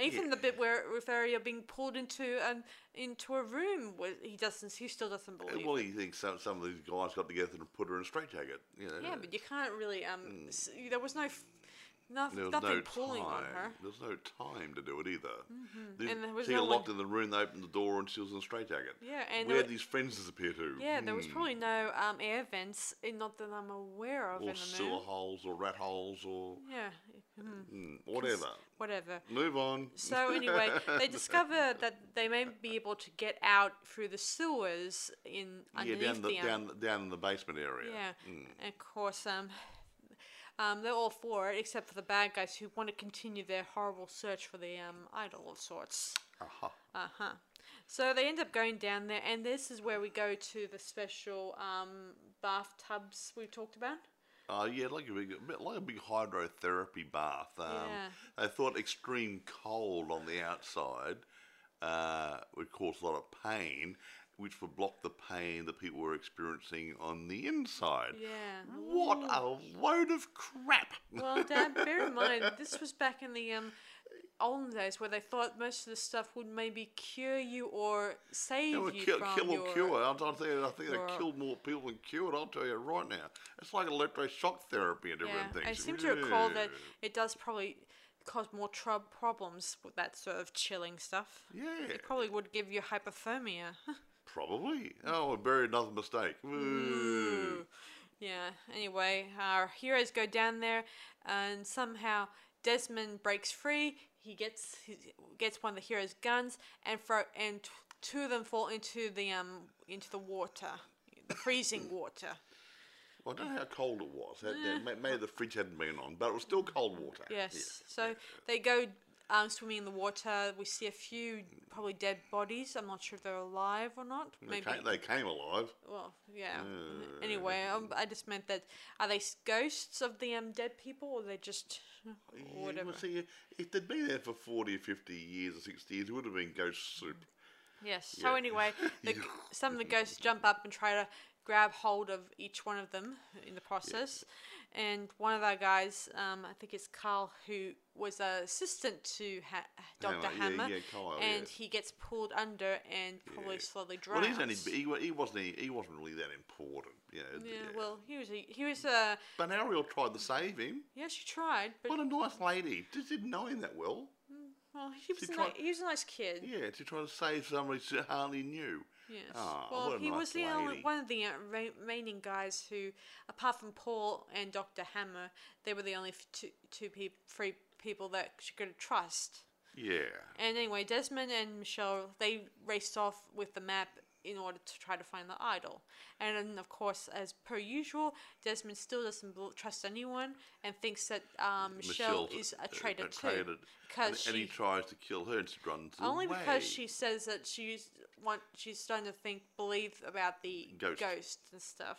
A: Even the bit where with Ariel being pulled into an into a room, where he doesn't, he still doesn't
B: uh,
A: believe.
B: well, you think some some of these guys got together and put her in a straitjacket? You know,
A: yeah, but you can't really. Um, s there was no, f- no
B: Mm. there was
A: nothing
B: no
A: pulling
B: time.
A: on her. Mm-hmm.
B: There was no time to do it either. The-
A: And there was
B: she
A: no
B: got
A: one-
B: locked in the room. They opened the door, and she was in a straitjacket.
A: Yeah, and there
B: where
A: wa-
B: these friends disappear to?
A: Yeah, there was
B: Hmm.
A: probably no um air vents, eh, not that I'm aware of
B: or
A: in the
B: sewer
A: movie.
B: holes, or rat holes, or
A: Yeah, mm,
B: mm, whatever.
A: whatever.
B: Move on.
A: So anyway, they discover that they may be able to get out through the sewers in
B: yeah,
A: underneath
B: down the,
A: the, um,
B: down down in the Hmm. basement area.
A: Yeah, and of course, um, um, they're all for it except for the bad guys who want to continue their horrible search for the um idol of sorts.
B: Aha.
A: Uh huh. So they end up going down there, and this is where we go to the special um bathtubs we've talked about.
B: Uh, yeah, like a big, a bit like a big hydrotherapy bath. Um,
A: Yeah.
B: They thought extreme cold on the outside uh, would cause a lot of pain, which would block the pain that people were experiencing on the inside.
A: Yeah.
B: What a load of crap!
A: Well, Dad, bear in mind this was back in the um olden days where they thought most of the stuff would maybe cure you or save
B: They were
A: you
B: kill,
A: from
B: kill
A: your
B: or cure. I don't think, I think
A: your-
B: they killed more people than cured. I'll tell you right now. It's like electroshock therapy and different
A: Yeah,
B: things.
A: I seem to recall that
B: Yeah.
A: it does probably cause more trou problems with that sort of chilling stuff.
B: Yeah.
A: It probably would give you hypothermia.
B: Probably. Oh, I buried another mistake.
A: Mm.
B: Woo.
A: yeah. Anyway, our heroes go down there, and somehow Desmond breaks free. He gets he gets one of the heroes' guns, and fro and t- two of them fall into the um into the water, the freezing water.
B: Well, I don't know how cold it was. That, that, may- maybe the fridge hadn't been on, but it was still cold water.
A: Eh. Yes. So they go um, swimming in the water. We see a few probably dead bodies. I'm not sure if they're alive or not.
B: They,
A: Maybe.
B: came, they came alive.
A: Well, yeah. Anyway, um, I just meant that are they s- ghosts of the um, dead people or they just
B: Yeah, well,
A: whatever?
B: see, if they'd been there for 40 or 50 years or 60 years, it would have been ghost soup.
A: Yes. So
B: Yeah.
A: anyway, the, g- some of the ghosts jump up and try to grab hold of each one of them in the process. And one of our guys, um, I think it's Carl, who was an assistant to ha- Doctor
B: Hammer, yeah,
A: Hammer,
B: yeah, Carl, yeah.
A: and he gets pulled under and probably slowly
B: Well,
A: drowns.
B: he's only, he, wa- he, wasn't, he, he wasn't really that important. You know,
A: yeah, well, he was a, he was a
B: But Ariel tried to save him.
A: yeah, she tried, but
B: What a nice lady. Just didn't know him that well.
A: well, he was
B: she
A: a ni-
B: tried-
A: he was a nice kid.
B: Yeah, to try to save somebody she hardly knew.
A: Yes.
B: Ah,
A: well,
B: what a
A: he
B: nice
A: was the only
B: lady.
A: one of the uh, re- remaining guys who, apart from Paul and Doctor Hammer, they were the only f- two, two peop three people that she could trust.
B: Yeah.
A: And anyway, Desmond and Michelle they raced off with the map in order to try to find the idol. And then, of course, as per usual, Desmond still doesn't bel- trust anyone and thinks that um, Michelle
B: Michelle's
A: is a traitor
B: uh, traitor.
A: too, because
B: and, and
A: she
B: he tries to kill her and she runs
A: only
B: away.
A: because she says that she's want she's starting to think believe about the
B: Ghost.
A: ghost, and stuff,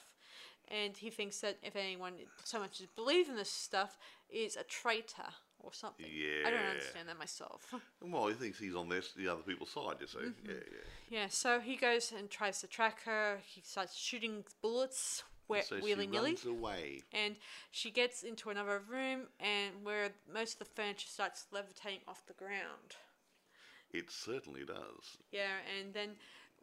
A: and he thinks that if anyone so much as believes in this stuff is a traitor or something. I don't
B: Yeah.
A: understand that myself.
B: Well, he thinks he's on this, the other people's side, you see.
A: Mm-hmm.
B: Yeah, yeah.
A: yeah, so he goes and tries to track her. He starts shooting bullets where,
B: So she
A: willy nilly.
B: runs away.
A: And she gets into another room, and where most of the furniture starts levitating off the ground.
B: It certainly does.
A: Yeah, and then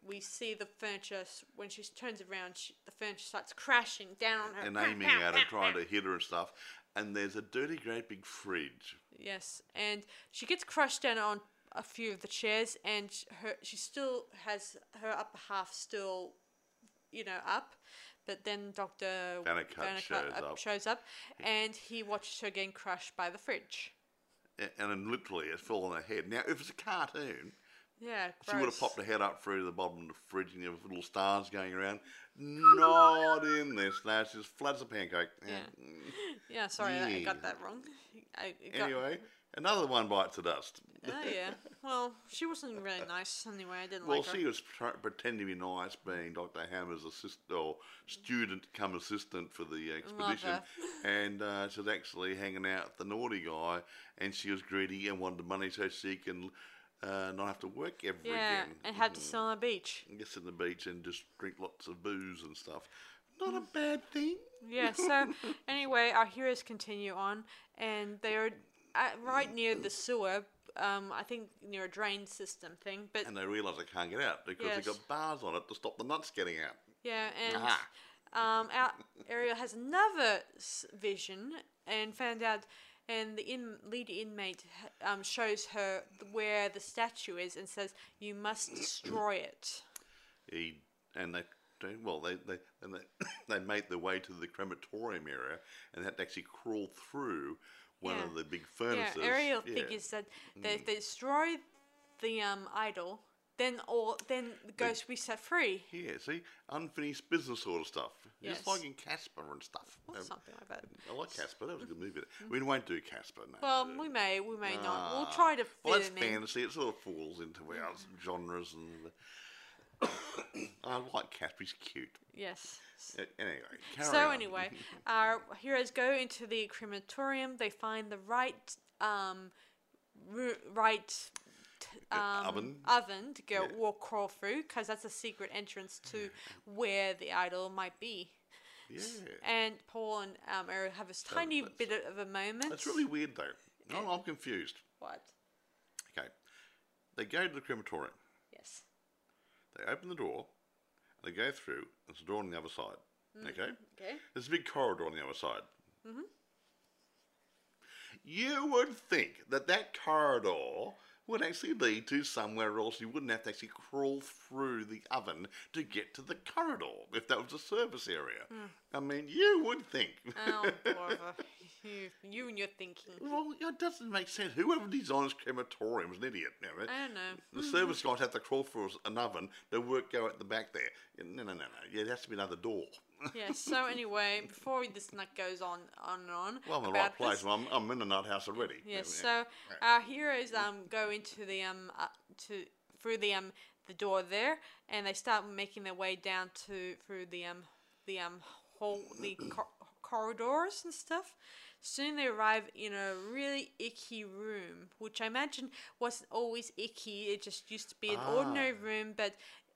A: we see the furniture s- when she turns around. She, the furniture starts crashing down on her.
B: And aiming at her, trying to hit her and stuff. And there's a dirty, great big fridge.
A: Yes, and she gets crushed down on a few of the chairs, and sh- her she still has her upper half still, you know, up. But then Doctor
B: Vanikat shows up.
A: shows up, and he watches her getting crushed by the fridge.
B: a- And then literally, it fell on her head. Now, if it's a cartoon,
A: Yeah,
B: She would have
A: gross.
B: popped her head up through the bottom of the fridge and there was little stars going around. Not in this. No, she's flat as a pancake.
A: Yeah. Yeah, sorry, I- I
B: Yeah.
A: got that wrong. I it got,
B: Anyway, another one bites the dust.
A: Oh yeah. Well, she wasn't really nice anyway. I didn't
B: Well,
A: like her.
B: she was tr- pretending to be nice, being Dr. Hammer's assistant or student come assistant for the expedition.
A: her.
B: And uh, she was actually hanging out with the naughty guy, and she was greedy and wanted money so she can uh, not have to work every
A: yeah,
B: weekend.
A: and had to sit on the beach.
B: Yes, in the beach and just drink lots of booze and stuff. Not a bad thing.
A: Yeah. So anyway, our heroes continue on, and they are at, right near the sewer. Um, I think near a drain system thing, but
B: And they realise they can't get out because
A: Yes.
B: they've got bars on it to stop the nuts getting out.
A: yeah, and
B: Aha.
A: um, our Ariel has another s- vision and found out, and the in, lead inmate h- um, shows her where the statue is and says, "You must destroy it."
B: He, and they, they- well, they, they, and they, they make their way to the crematorium area and had to actually crawl through one
A: Yeah.
B: of the big
A: Yeah,
B: furnaces.
A: Ariel
B: Yeah. Mm.
A: figures that that if they destroy the um idol, then all then the ghost will be set free
B: Yeah, see, unfinished business sort of stuff.
A: Yes.
B: Just like in Casper and stuff.
A: or
B: Um,
A: something like that.
B: I like Casper. That was a good movie. We won't do Casper now.
A: Mm-hmm. Well, we may, we may not. We'll
B: Ah.
A: try to fit
B: Well, that's
A: him in.
B: fantasy. It sort of falls into our genres, and I like Casper. He's cute.
A: Yes. S-
B: A- Anyway, carry
A: So
B: on.
A: anyway, our heroes go into the crematorium. They find the right um ru- right. t- Um,
B: Uh, oven.
A: oven to go
B: Yeah.
A: walk crawl through because that's a secret entrance to where the idol might be.
B: yeah,
A: And Paul and um, Ariel have this tiny
B: that's-
A: bit of a moment.
B: that's really weird though. No, I'm confused.
A: what?
B: They go to the crematorium.
A: Yes.
B: They open the door. They go through. There's a door on the other side. Okay.
A: Okay.
B: There's a big corridor on the other side. You would think that that corridor would actually lead to somewhere else. You wouldn't have to actually crawl through the oven to get to the corridor if that was a service area. I mean, you would think.
A: Oh, Borva, you, you and your thinking.
B: well, it doesn't make sense. Whoever designs crematoriums an idiot. You know?
A: I don't know.
B: The service guys have to crawl through an oven. The work go out the back there. No, no, no, no. Yeah, it has to be another door.
A: Yeah. So anyway, before this nut goes on on and on.
B: Well, I'm in the
A: about
B: right place.
A: this-
B: I'm, I'm in the nut house already.
A: Yes.
B: Yeah,
A: So our heroes um go into the um uh, to through the um the door there, and they start making their way down to through the um the um hall the cor- corridors and stuff. Soon they arrive in a really icky room, which I imagine wasn't always icky. It just used to be an ordinary room, but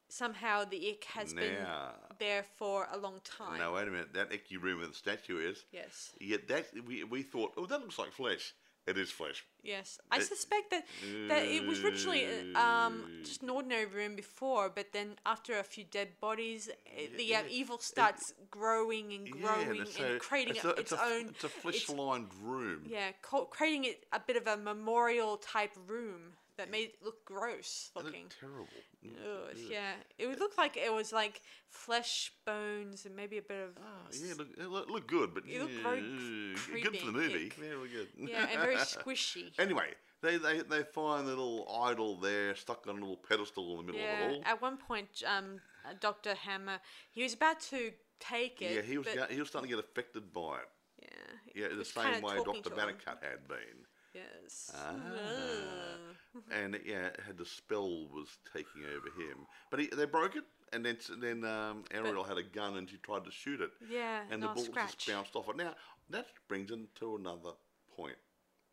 A: somehow the ick has been
B: Now-
A: there for a long time.
B: Now, wait a minute. That icky room where the statue is.
A: Yes.
B: Yet that we, we thought, oh, that looks like flesh. It is flesh.
A: Yes,
B: Uh,
A: I suspect that that it was originally uh, um, just an ordinary room before, but then after a few dead bodies, it, the
B: yeah,
A: uh, evil starts growing and growing
B: it's
A: and
B: a-
A: creating
B: it's
A: its, its,
B: a, it's a,
A: own.
B: It's a flesh-lined room.
A: yeah, co- creating it a bit of a memorial type room that made it look gross
B: It looked
A: looking.
B: terrible.
A: Ugh, yeah, it would look like it was like flesh, bones, and maybe a bit of
B: Ah, yeah, it looked, it looked- looked good, but
A: It looked very
B: yeah,
A: creepy
B: good for the
A: and
B: movie.
A: ick.
B: Very good.
A: yeah, and very squishy.
B: anyway, they, they they find the little idol there stuck on a little pedestal in the middle of it all.
A: At one point, um, uh, Dr. Hammer, he was about to take it.
B: yeah, he was
A: but,
B: go- he was starting to get affected by it.
A: Yeah, he
B: Yeah, the
A: was
B: same
A: kinda
B: way
A: talking
B: Doctor
A: to him.
B: Bannicut had been.
A: Yes.
B: Ah.
A: Ugh.
B: and it, yeah, it had the spell was taking over him. But he, they broke it, and then s- then um, Ariel had a gun and she tried to shoot it.
A: Yeah,
B: and the
A: not a
B: bullets just
A: scratch.
B: bounced off it. Now that brings us to another point.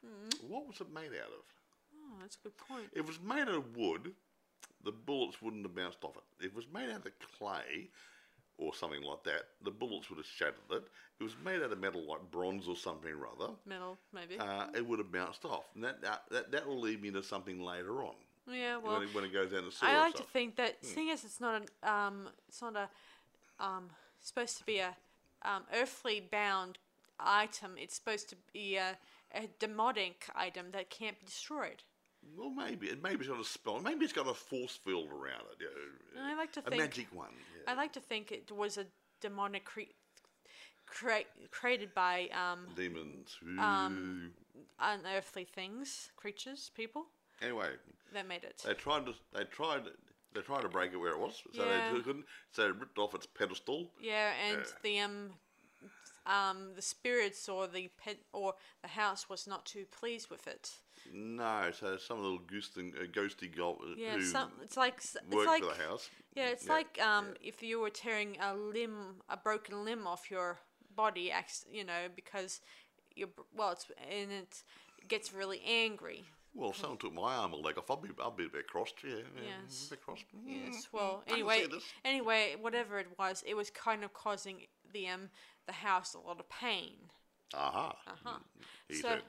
A: Mm-hmm.
B: What was it made out of?
A: Oh, that's a good point.
B: If It was made out of wood. The bullets wouldn't have bounced off it. If it was made out of clay or something like that, the bullets would have shattered it. If It was made out of metal like bronze or something rather.
A: Metal, maybe.
B: Uh, it would have bounced off. And that, that, that, that will lead me to something later on
A: yeah, well,
B: when, it, when it goes down the sewer.
A: I like
B: stuff.
A: to think that
B: Hmm.
A: seeing as it's not an um, it's not a um, supposed to be a um, earthly bound item. It's supposed to be a, a demonic item that can't be destroyed.
B: Well, maybe it maybe it's got a spell. Maybe it's got a force field around it. You know,
A: I like to
B: a
A: think-
B: magic one. Yeah.
A: I like to think it was a demonic cre- cre- created by um,
B: Demons.
A: unearthly things, creatures, people
B: Ooh. anyway,
A: that made it.
B: they tried to. They tried. They tried to break it where it was, so
A: Yeah.
B: they couldn't. So they ripped off its pedestal.
A: yeah, and
B: Yeah.
A: the um, um, the spirits or the pet or the house was not too pleased with it.
B: No, so some little goose thing, uh, ghosty gold.
A: Yeah,
B: who
A: some it's like s- it's
B: worked
A: like
B: for the house.
A: yeah, it's like um, if you were tearing a limb, a broken limb off your body, acc- you know, because you well, it's and it gets really angry.
B: Well, if someone took my arm or leg off, I'd be, I'd be a bit crossed. Yeah, yeah,
A: Yes.
B: a bit crossed.
A: Yes. Well,
B: Mm-hmm. see
A: anyway,
B: this.
A: anyway, whatever it was, it was kind of causing the um the house a lot of pain.
B: Aha.
A: Huh.
B: He
A: Uh-huh. so,
B: said.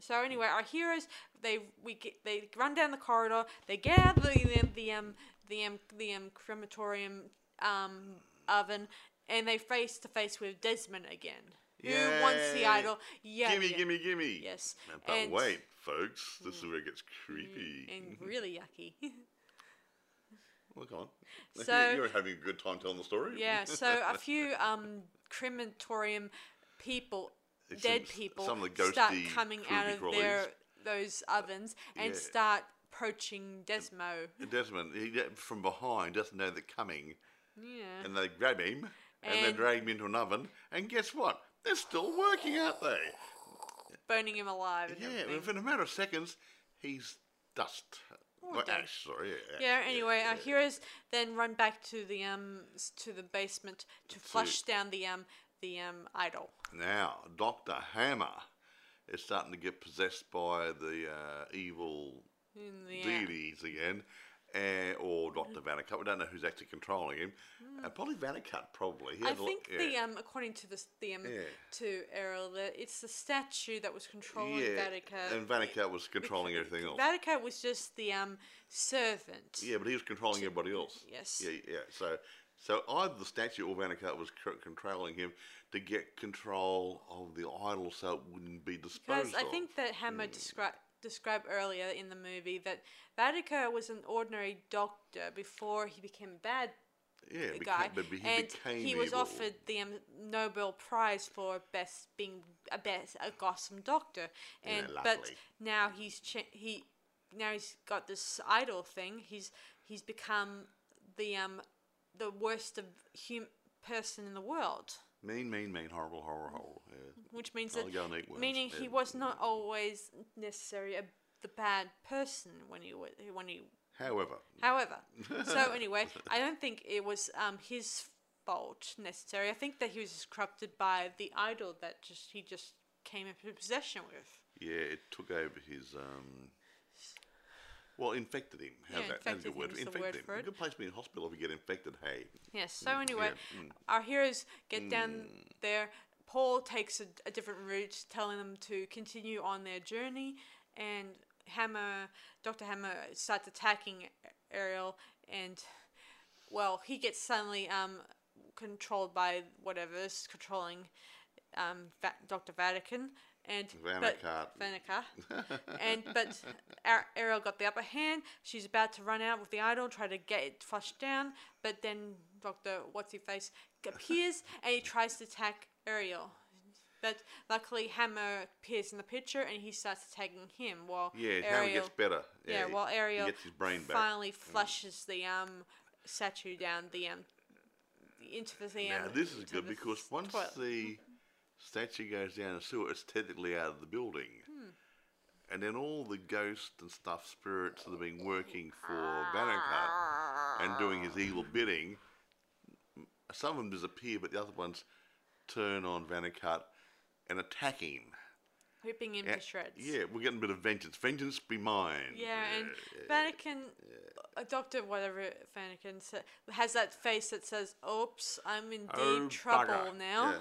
A: so anyway, our heroes they we get, they run down the corridor. They get out of the the, the um the um the um crematorium um oven, and they face to face with Desmond again. Who wants the
B: Yay.
A: idol? Yeah.
B: gimme,
A: yeah.
B: gimme, gimme.
A: Yes.
B: But
A: and, Mm-hmm.
B: wait, folks, this is where it gets creepy.
A: And really yucky.
B: Well, come on.
A: So-
B: You're having a good time telling the story.
A: Yeah, so a few um, crematorium people,
B: It's
A: dead
B: some-
A: people,
B: some of the
A: start
B: ghosty
A: coming out
B: creepy
A: of their
B: crawlies. Uh,
A: those ovens and
B: Yeah.
A: start approaching Desmo.
B: Desmond, he, get- from behind, doesn't know they're coming,
A: Yeah.
B: and they grab him, and, they
A: And-
B: drag him into an oven, and guess what? They're still working, aren't they?
A: Burning him alive. And
B: Yeah,
A: everything.
B: within a matter of seconds, he's dust. Well,
A: dust.
B: ash, sorry. Yeah,
A: Yeah. Anyway, our heroes then run back to the um s- to the basement to flush down the um the um idol.
B: Now, Dr. Hammer is starting to get possessed by the uh, evil
A: In the, uh,
B: deities again, and, or Dr. not the Vanicut. We don't know who's actually controlling him. Uh, probably Vanicut, probably. He
A: Hmm. I
B: had a lo-
A: think
B: yeah.
A: the um, according to this the um,
B: Yeah.
A: to Errol, that it's the statue that was controlling
B: yeah.
A: Vatica.
B: And Vanicut was controlling everything else.
A: Vatica was just the um servant.
B: Yeah, but he was controlling everybody else.
A: yes.
B: Yeah, yeah. So, so either the statue or Vanicut was c- controlling him to get control of the idol, so it wouldn't be disposed
A: Because I
B: of.
A: think that Hammer
B: Hmm.
A: described described earlier in the movie that Vatica was an ordinary doctor before he became a bad
B: yeah, beca-
A: guy,
B: but he
A: and
B: became
A: he was
B: evil.
A: offered the um, Nobel Prize for best being a best a Gotham doctor,
B: Yeah,
A: and but
B: lovely.
A: now he's cha- he now he's got this idol thing. He's he's become the um the worst of hum- person in the world,
B: mean, mean, mean, horrible, horrible, horrible. Oh, Yeah.
A: which means
B: I'll
A: that
B: go and eat worms.
A: meaning he
B: Yeah.
A: was not always necessarily a, the bad person when he wa- when he
B: However,
A: However, so anyway, I don't think it was um, his fault necessarily. I think that he was just corrupted by the idol that just he just came into possession with.
B: yeah, it took over his. Um, well, infected him. How's
A: Yeah,
B: that? That's a
A: infected
B: good word.
A: him is the
B: Infected
A: word
B: him.
A: for it.
B: A good place to be in hospital if you get infected. Hey,
A: Yes. So anyway, our heroes get down there. Paul takes a, a different route, telling them to continue on their journey, and Hammer, Doctor Hammer, starts attacking Ariel, and well, he gets suddenly um controlled by whatever's controlling um Va- Doctor Vatican and but-
B: Vanacart.
A: Vanacart. and but Ar- Ariel got the upper hand. She's about to run out with the idol, try to get it flushed down, but then Doctor What's Your Face appears and he tries to attack Ariel. But luckily, Hammer appears in the picture and he starts attacking him. While
B: yeah,
A: Ariel,
B: Hammer gets better.
A: yeah,
B: he-
A: while
B: he
A: Ariel
B: gets his brain back.
A: finally flushes the um statue down the um into the um,
B: Now this is
A: into
B: good
A: the
B: because Mm-hmm.
A: s-
B: once
A: toilet.
B: the statue goes down the sewer, it's technically out of the building, and then all the ghosts and stuff, spirits that have been working for Bannercut and doing his evil bidding, m- some of them disappear, but the other ones turn on Bannercut and attack him.
A: ripping him
B: A-
A: to shreds.
B: Yeah, we're getting a bit of vengeance. Vengeance be mine.
A: Yeah, and Vatican, uh, Doctor whatever Vatican sa- has that face that says, "Oops, I'm in deep
B: Oh,
A: trouble
B: bugger."
A: now,"
B: Yeah.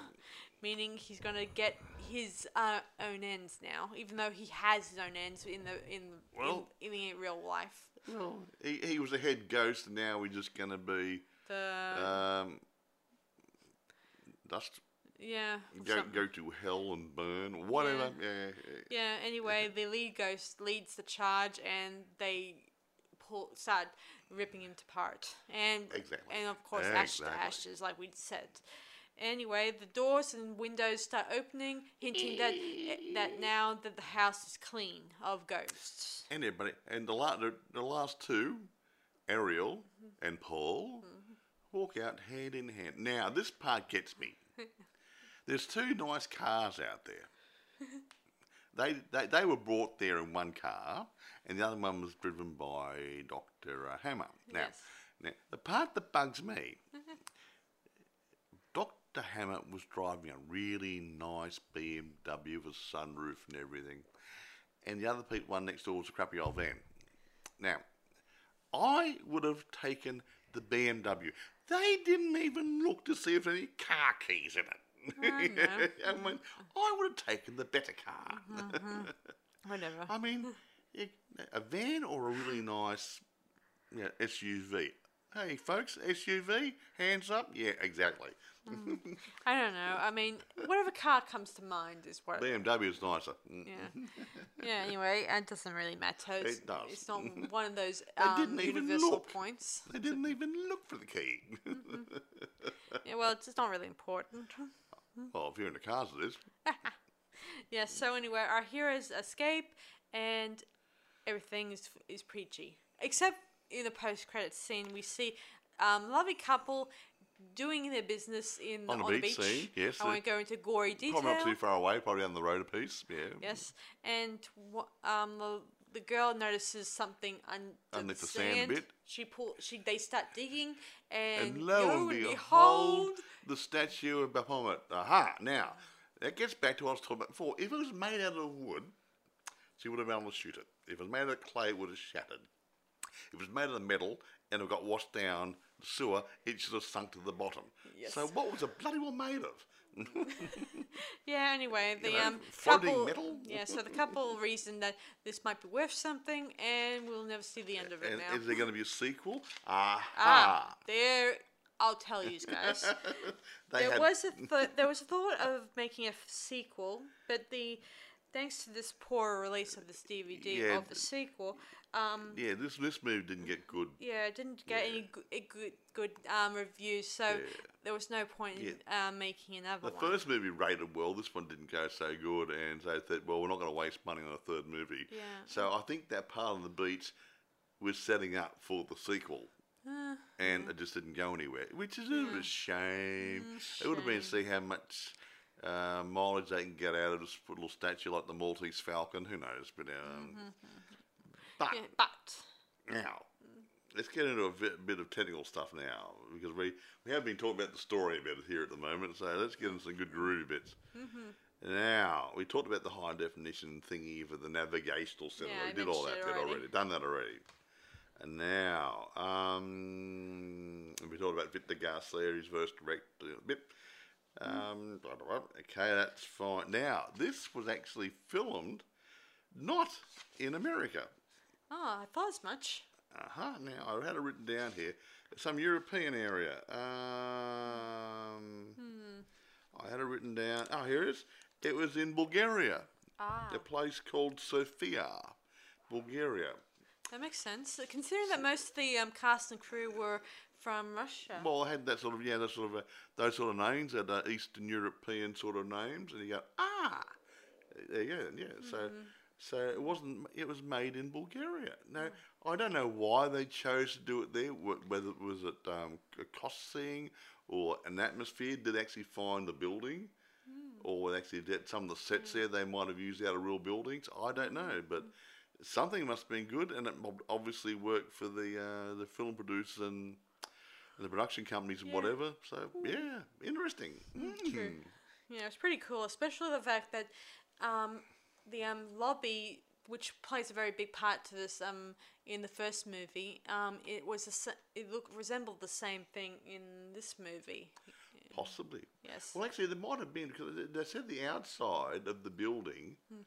A: meaning he's gonna get his uh, own ends now, even though he has his own ends in the in
B: Well-
A: in, in the real life.
B: Well, he, he was the head ghost, and now we're just going to be
A: The
B: um, dust
A: yeah, or
B: go,
A: something.
B: go to hell and burn, whatever. Yeah. yeah, yeah.
A: yeah. Anyway, the lead ghost leads the charge, and they pull start ripping him to part, and
B: Exactly.
A: and of course ash to
B: Exactly.
A: ashes, like we said. Anyway, the doors and windows start opening, hinting that that now that the house is clean of ghosts.
B: And everybody, and the, la- the, the last two, Ariel
A: Mm-hmm.
B: and Paul, walk out hand in hand. Now, this part gets me. There's two nice cars out there. They, they, they were brought there in one car, and the other one was driven by Dr. Hammer. Now,
A: Yes.
B: now, the part that bugs me Dr. Hammer was driving a really nice BMW with a sunroof and everything, and the other pe- one next door was a crappy old van. Now, I would have taken the BMW. They didn't even look to see if any car keys in it.
A: I know.
B: I mean, I would have taken the better car.
A: Whatever.
B: I mean, it- a van or a really nice you know, SUV. Hey, folks, SUV, hands up. Yeah, exactly.
A: I don't know. I mean, whatever car comes to mind is what.
B: BMW is nicer. Mm.
A: Yeah. Yeah. Anyway, it doesn't really matter. It's,
B: It does.
A: It's not one of those um,
B: didn't even
A: universal
B: look.
A: points.
B: They didn't even look for the key.
A: Yeah, well, it's just not really important.
B: well, Oh, if you're into cars, it is.
A: yeah, so anyway, our heroes escape and everything is, is preachy. Except in the post credits scene, we see um, lovely couple doing their business in
B: On the beach scene, yes,
A: I
B: uh,
A: won't go into gory detail.
B: Probably not too far away, probably down the road a piece. Yeah.
A: Yes, and wha- um, the, the girl notices something under,
B: Under
A: the
B: the sand bit.
A: She pull. She they start digging, and,
B: And lo and behold, the statue of Baphomet. Aha! Now, that gets back to what I was talking about before. If it was made out of wood, she would have been able to shoot it. If it was made out of clay, it would have shattered. If it was made out of metal, and have got washed down the sewer, it should have sunk to the bottom.
A: Yes.
B: So what was the bloody well made of?
A: Yeah, anyway, the
B: know,
A: um,
B: floating
A: couple.
B: metal?
A: Yeah, so the couple reasoned that this might be worth something and we'll never see the end of it
B: And
A: now.
B: is there going to be a sequel? Aha!
A: ah, there. I'll tell you guys.
B: They
A: Ah. there
B: had-
A: was a th- there was a thought of making a f- sequel, but the thanks to this poor release of this DVD
B: Yeah,
A: of the sequel, um,
B: yeah, this this movie didn't get good.
A: yeah, it didn't get any good good, good um, reviews. So there was no point in uh, making another
B: The
A: one.
B: first movie rated well. This one didn't go so good, and so they thought, well, we're not going to waste money on a third movie.
A: Yeah.
B: So I think that part of the beats was setting up for the sequel,
A: Uh,
B: and it just didn't go anywhere, which is a bit of a shame.
A: Mm,
B: it would have been to
A: shame.
B: see how much uh, mileage they can get out of this little statue like the Maltese Falcon. Who knows? But um,
A: Mm-hmm.
B: but
A: yeah, but
B: now, let's get into a bit, bit of technical stuff now because we, we have been talking about the story a bit here at the moment, so let's get into some good groovy bits.
A: Mm-hmm.
B: Now, we talked about the high definition thingy for the navigational center.
A: Yeah, I
B: we did all that
A: mentioned it
B: bit
A: already.
B: already, done that already. And now, um, we talked about Victor Garcia, his first direct uh, bit.
A: Mm.
B: Um, blah, blah, blah. Okay, that's fine. Now, this was actually filmed not in America.
A: oh, I thought as much.
B: Uh-huh. Now I had it written down here. Some European area. Um, I had it written down. Oh, here it is. It was in Bulgaria.
A: Ah,
B: A place called Sofia, Bulgaria.
A: that makes sense. Considering that most of the um, cast and crew were from Russia.
B: Well, I had that sort of yeah, that sort of uh, those sort of names, that uh, Eastern European sort of names, and you go ah, there you go, yeah. So, so it wasn't. It was made in Bulgaria. Now I don't know why they chose to do it there. wh- Whether it was it um, a cost thing or an atmosphere did actually find the building. Or actually, did some of the sets there they might have used out of real buildings. I don't know, but something must have been good, and it ob- obviously worked for the uh, the film producers and and the production companies and
A: Yeah.
B: whatever. So yeah, interesting.
A: True.
B: Mm.
A: Yeah, it's pretty cool, especially the fact that um, the um, lobby, which plays a very big part to this um, in the first movie, um, it was a, s- it looked resembled the same thing in this movie.
B: Possibly.
A: Yes.
B: Well, actually, there might have been because they said the outside of the building
A: Hmm.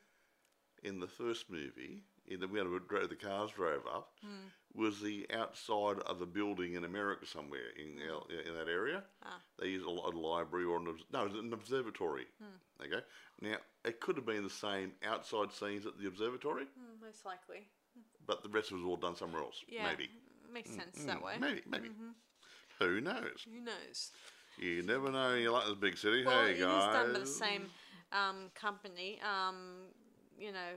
B: in the first movie, in the when we drove the cars drove up,
A: Hmm.
B: was the outside of a building in America somewhere in
A: Hmm.
B: el- in that area.
A: Ah.
B: They used a, li- a library or an obs- no, it was an observatory.
A: Hmm.
B: Okay, now it could have been the same outside scenes at the observatory,
A: Mm, most likely.
B: but the rest was all done somewhere else.
A: Yeah.
B: Maybe, Mm,
A: Makes sense that way. Mm-hmm.
B: maybe, maybe. Who knows?
A: Who knows?
B: You never know. You like this big city.
A: Well,
B: hey
A: it is
B: guys.
A: done by the same um, company, um, you know,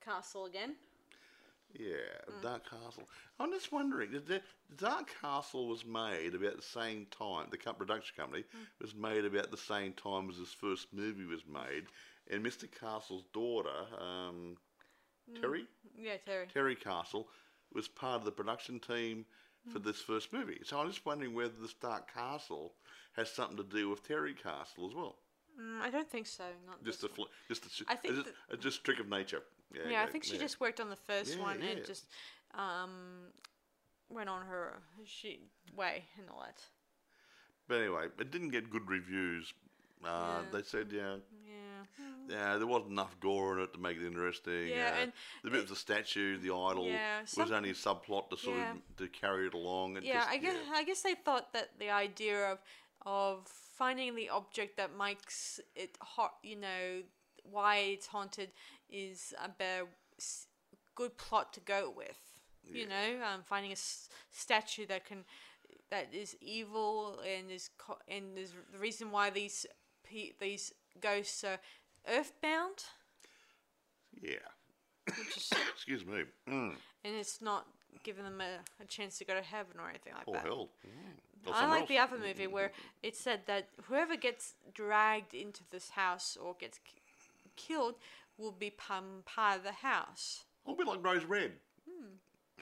A: Castle again.
B: Yeah,
A: Mm.
B: Dark Castle. I'm just wondering, did the Dark Castle was made about the same time, the co- production company
A: Mm.
B: was made about the same time as this first movie was made, and Mr. Castle's daughter, um,
A: Mm.
B: Terry?
A: Yeah, Terry.
B: Terry Castle was part of the production team
A: Mm.
B: for this first movie. So I'm just wondering whether this Dark Castle has something to do with Terry Castle as well.
A: Mm, I don't think so. Not
B: Just a
A: this
B: fl- just a,
A: I think
B: it's just, it's just trick of nature. Yeah,
A: Yeah, I
B: yeah,
A: think she
B: yeah.
A: just worked on the first
B: Yeah,
A: one
B: yeah.
A: and just um, went on her she way and all that.
B: But anyway, it didn't get good reviews. Uh,
A: Yeah.
B: They said, yeah,
A: Yeah.
B: yeah, there wasn't enough gore in it to make it interesting.
A: Yeah,
B: uh,
A: and
B: the bit of the statue, the idol,
A: Yeah,
B: was
A: some-
B: only a subplot to sort
A: Yeah.
B: of to carry it along. It
A: Yeah,
B: just,
A: I guess I guess they thought that the idea of of finding the object that makes it hot, you know, why it's haunted, is a better s- good plot to go with. You know, um, finding a s- statue that can that is evil and is co- and is the reason why these pe- these ghosts are earthbound,
B: yeah.
A: which is,
B: Excuse me. Mm.
A: and it's not giving them a, a chance to go to heaven or anything like
B: Oh
A: that.
B: hell. Mm. Or
A: Uh, I
B: somewhere
A: like
B: else.
A: the other movie where it said that whoever gets dragged into this house or gets k- killed will become part of the house.
B: Oh, a bit like Rose Red.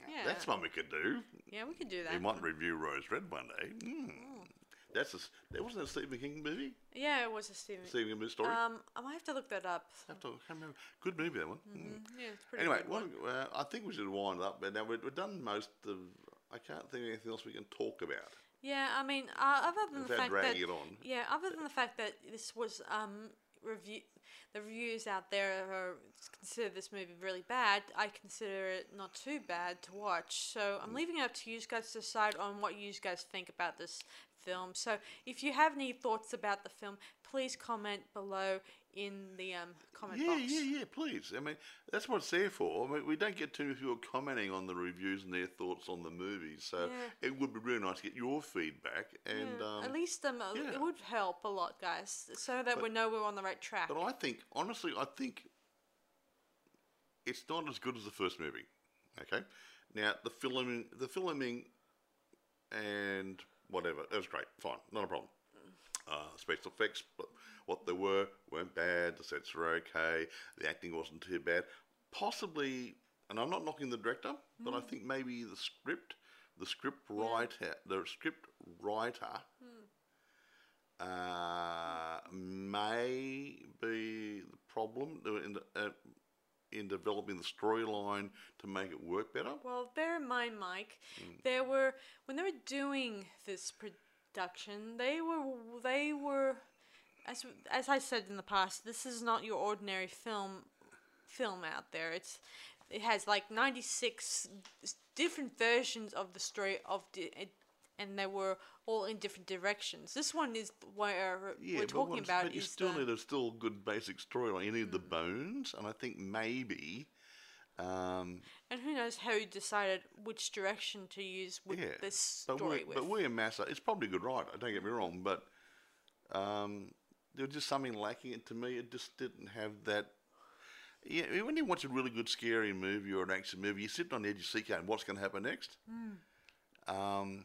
A: Yeah,
B: That's one we could do.
A: yeah, we could do
B: We
A: that.
B: might review Rose Red one day. Mm. That's a, s- that wasn't a Stephen King movie.
A: Yeah, it was a Steven.
B: Stephen King movie story.
A: Um, I might have to look that up.
B: I have to, I can't remember. Good movie that one. Mm.
A: Yeah, it's pretty.
B: Anyway,
A: good.
B: well, uh, I think we should wind up. But now we've, we've done most of I can't think of anything else we can talk about
A: Yeah, I mean, uh, other than the
B: without
A: fact that
B: dragging it on.
A: yeah, other than the fact that this was um review, the reviews out there are, consider this movie really bad. I consider it not too bad to watch. So
B: Mm.
A: I'm leaving it up to you guys to decide on what you guys think about this film. So if you have any thoughts about the film, please comment below in the um comment
B: yeah,
A: box.
B: yeah, yeah. Please, I mean, that's what it's there for. I mean, we don't get too many people commenting on the reviews and their thoughts on the movies, so
A: Yeah.
B: it would be really nice to get your feedback. And
A: Yeah,
B: um,
A: At least um, uh,
B: yeah.
A: it would help a lot, guys, so that we know we're on the right track.
B: But I think, honestly, I think it's not as good as the first movie. Okay, now the filming, the filming, and whatever, it was great, fine, not a problem. Uh, special effects, but what they were weren't bad. The sets were okay. The acting wasn't too bad. Possibly, and I'm not knocking the director, but I think maybe the script, the script writer, the script writer uh, may be the problem in, uh, in developing the storyline to make it work better.
A: Well, bear in mind, Mike,
B: Hmm.
A: there were when they were doing this production, they were they were as as I said in the past, this is not your ordinary film film out there. It's it has like 96 s- different versions of the story of di- it, and they were all in different directions. This one is where we're
B: but
A: talking
B: once-
A: about
B: but you
A: is
B: still
A: the- Hmm.
B: need a still good basic storyline. You need the bones, and I think maybe. Um,
A: and who knows how you decided which direction to use with
B: yeah,
A: this
B: but,
A: story
B: William,
A: with.
B: but William Massa is probably a good writer. Don't get me wrong, but um, there was just something lacking. And to me, it just didn't have that. Yeah, when you watch a really good scary movie or an action movie, you're sitting on the edge of your seat going, "What's going to happen next?"
A: Hmm.
B: Um,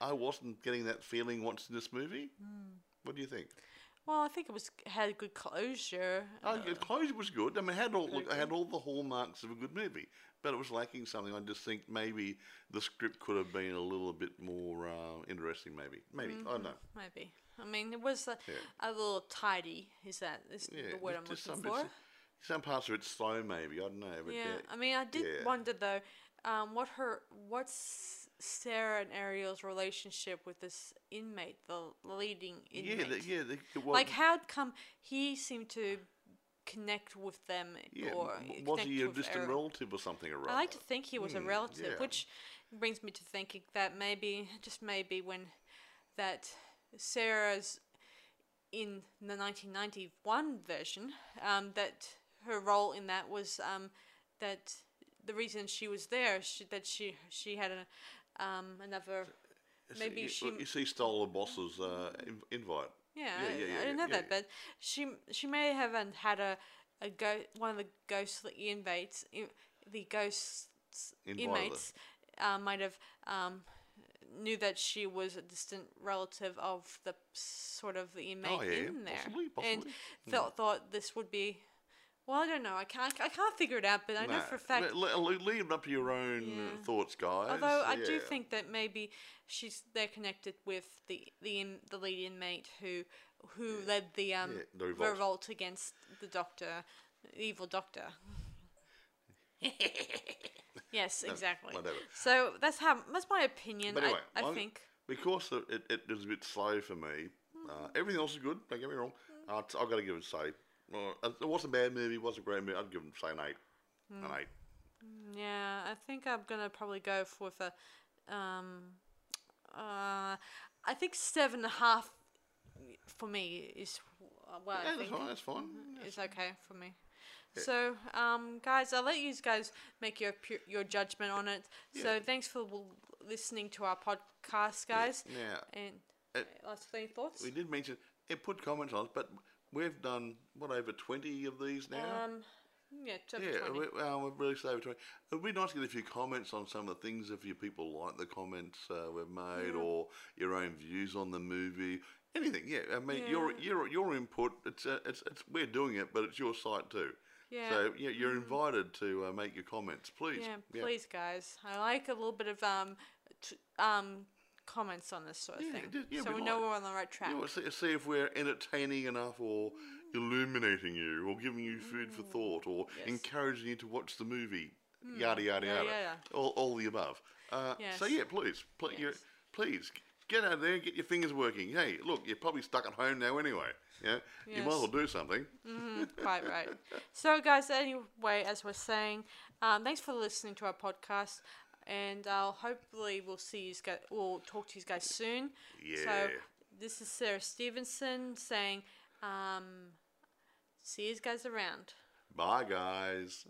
B: I wasn't getting that feeling watching this movie.
A: Hmm.
B: What do you think?
A: Well, I think it was had good closure. Uh,
B: Oh, the closure was good. I mean, it had all look, I had all the hallmarks of a good movie, but it was lacking something. I just think maybe the script could have been a little bit more uh, interesting. Maybe, maybe I
A: Mm-hmm.
B: don't know.
A: Maybe. I mean, it was a,
B: Yeah.
A: a little tidy. Is that is
B: Yeah,
A: the word I'm
B: just- just
A: looking
B: some
A: for?
B: bits- some parts of it's slow, maybe I don't know. But uh,
A: yeah.
B: yeah,
A: I mean, I did
B: yeah.
A: wonder though, um, what her what's Sarah and Ariel's relationship with this inmate, the leading
B: yeah,
A: inmate.
B: the, yeah. The, the, well,
A: like how'd come he seemed to connect with them
B: yeah,
A: or
B: w- was
A: connect
B: he a
A: with
B: distant
A: Ariel?
B: relative or something? Or
A: I like
B: other?
A: to think he was a
B: Hmm,
A: relative,
B: yeah.
A: which brings me to thinking that maybe, just maybe, when that Sarah's in the 1991 version, um, that her role in that was um, that the reason she was there, she, that she she had a, um, another.
B: You see-
A: maybe
B: you,
A: she- Mm-hmm.
B: You see, stole the boss's uh, inv- invite.
A: Yeah,
B: Yeah,
A: I-
B: yeah, yeah,
A: I
B: yeah,
A: don't know
B: yeah,
A: that, but she she may have and had a a go one of the ghostly inmates, in, the ghosts
B: Invited her.
A: inmates, uh, might have um, knew that she was a distant relative of the sort of the inmate
B: Oh, yeah,
A: in there,
B: possibly,
A: and
B: possibly. Hmm.
A: thought thought this would be. Well, I don't know. I can't. I can't figure it out. But I know
B: Nah,
A: for a fact
B: le- le- le- leave it up to your own uh,
A: Yeah.
B: thoughts, guys.
A: Although I do
B: Yeah.
A: think that maybe she's they're connected with the the in, the lead inmate who who led the um
B: Yeah, the
A: revolt.
B: revolt.
A: against the doctor, evil doctor. yes, exactly.
B: whatever.
A: So that's how that's my opinion.
B: But anyway,
A: I, I
B: I'm-
A: think
B: because of- it, it was a bit slow for me. Uh, everything else is good. Don't get me wrong. Uh, it's- I've got to give it a say. Well, it it wasn't a bad movie. It wasn't a great movie. I'd give it say an eight.
A: Hmm.
B: An eight.
A: yeah, I think I'm gonna probably go for with a um uh I think seven and a half for me is uh, what
B: yeah,
A: I
B: that's
A: think. Mm-hmm.
B: fine. That's fine.
A: is okay for me. So, um, guys, I'll let you guys make your pu- your judgment on it. So, thanks for w- listening to our podcast, guys.
B: Now,
A: And
B: Uh,
A: uh, last any thoughts?
B: we did mention it put comments on it, but we've done what over twenty of these now.
A: Um, yeah, chapter
B: yeah,
A: 20.
B: we, well, we've really saved twenty. Uh, It'd be nice to get a few comments on some of the things if you people like the comments uh, we've made or your own views on the movie. Anything, yeah. I mean, your your your input. It's uh, it's it's we're doing it, but it's your site too.
A: Yeah. Mm-hmm.
B: So yeah, you're invited to uh, make your comments, please.
A: yeah, please, guys. I like a little bit of um, t- um, comments on this sort of
B: Yeah,
A: thing,
B: just- yeah,
A: so
B: we
A: we know
B: like-
A: we're on the right track.
B: You know, see, see if we're entertaining enough or illuminating you or giving you food for thought or
A: Mm. yes. Mm.
B: encouraging you to watch the movie. Yada, yada,
A: Yeah,
B: yada.
A: yeah, yeah.
B: All, all the above. Uh, So
A: Yes.
B: yeah, please, pl- you,
A: Yes.
B: please g- get out there, and get your fingers working. Hey, look, you're probably stuck at home now anyway. Yeah, you might as well
A: Yes. Mm.
B: do something.
A: Quite right. So, guys, anyway, as we're saying, um, thanks for listening to our podcast, and I'll hopefully we'll see you guys. We'll talk to you guys soon. So,
B: Yeah.
A: this is Sarah Stevenson saying, um, "See you guys around."
B: Bye, guys.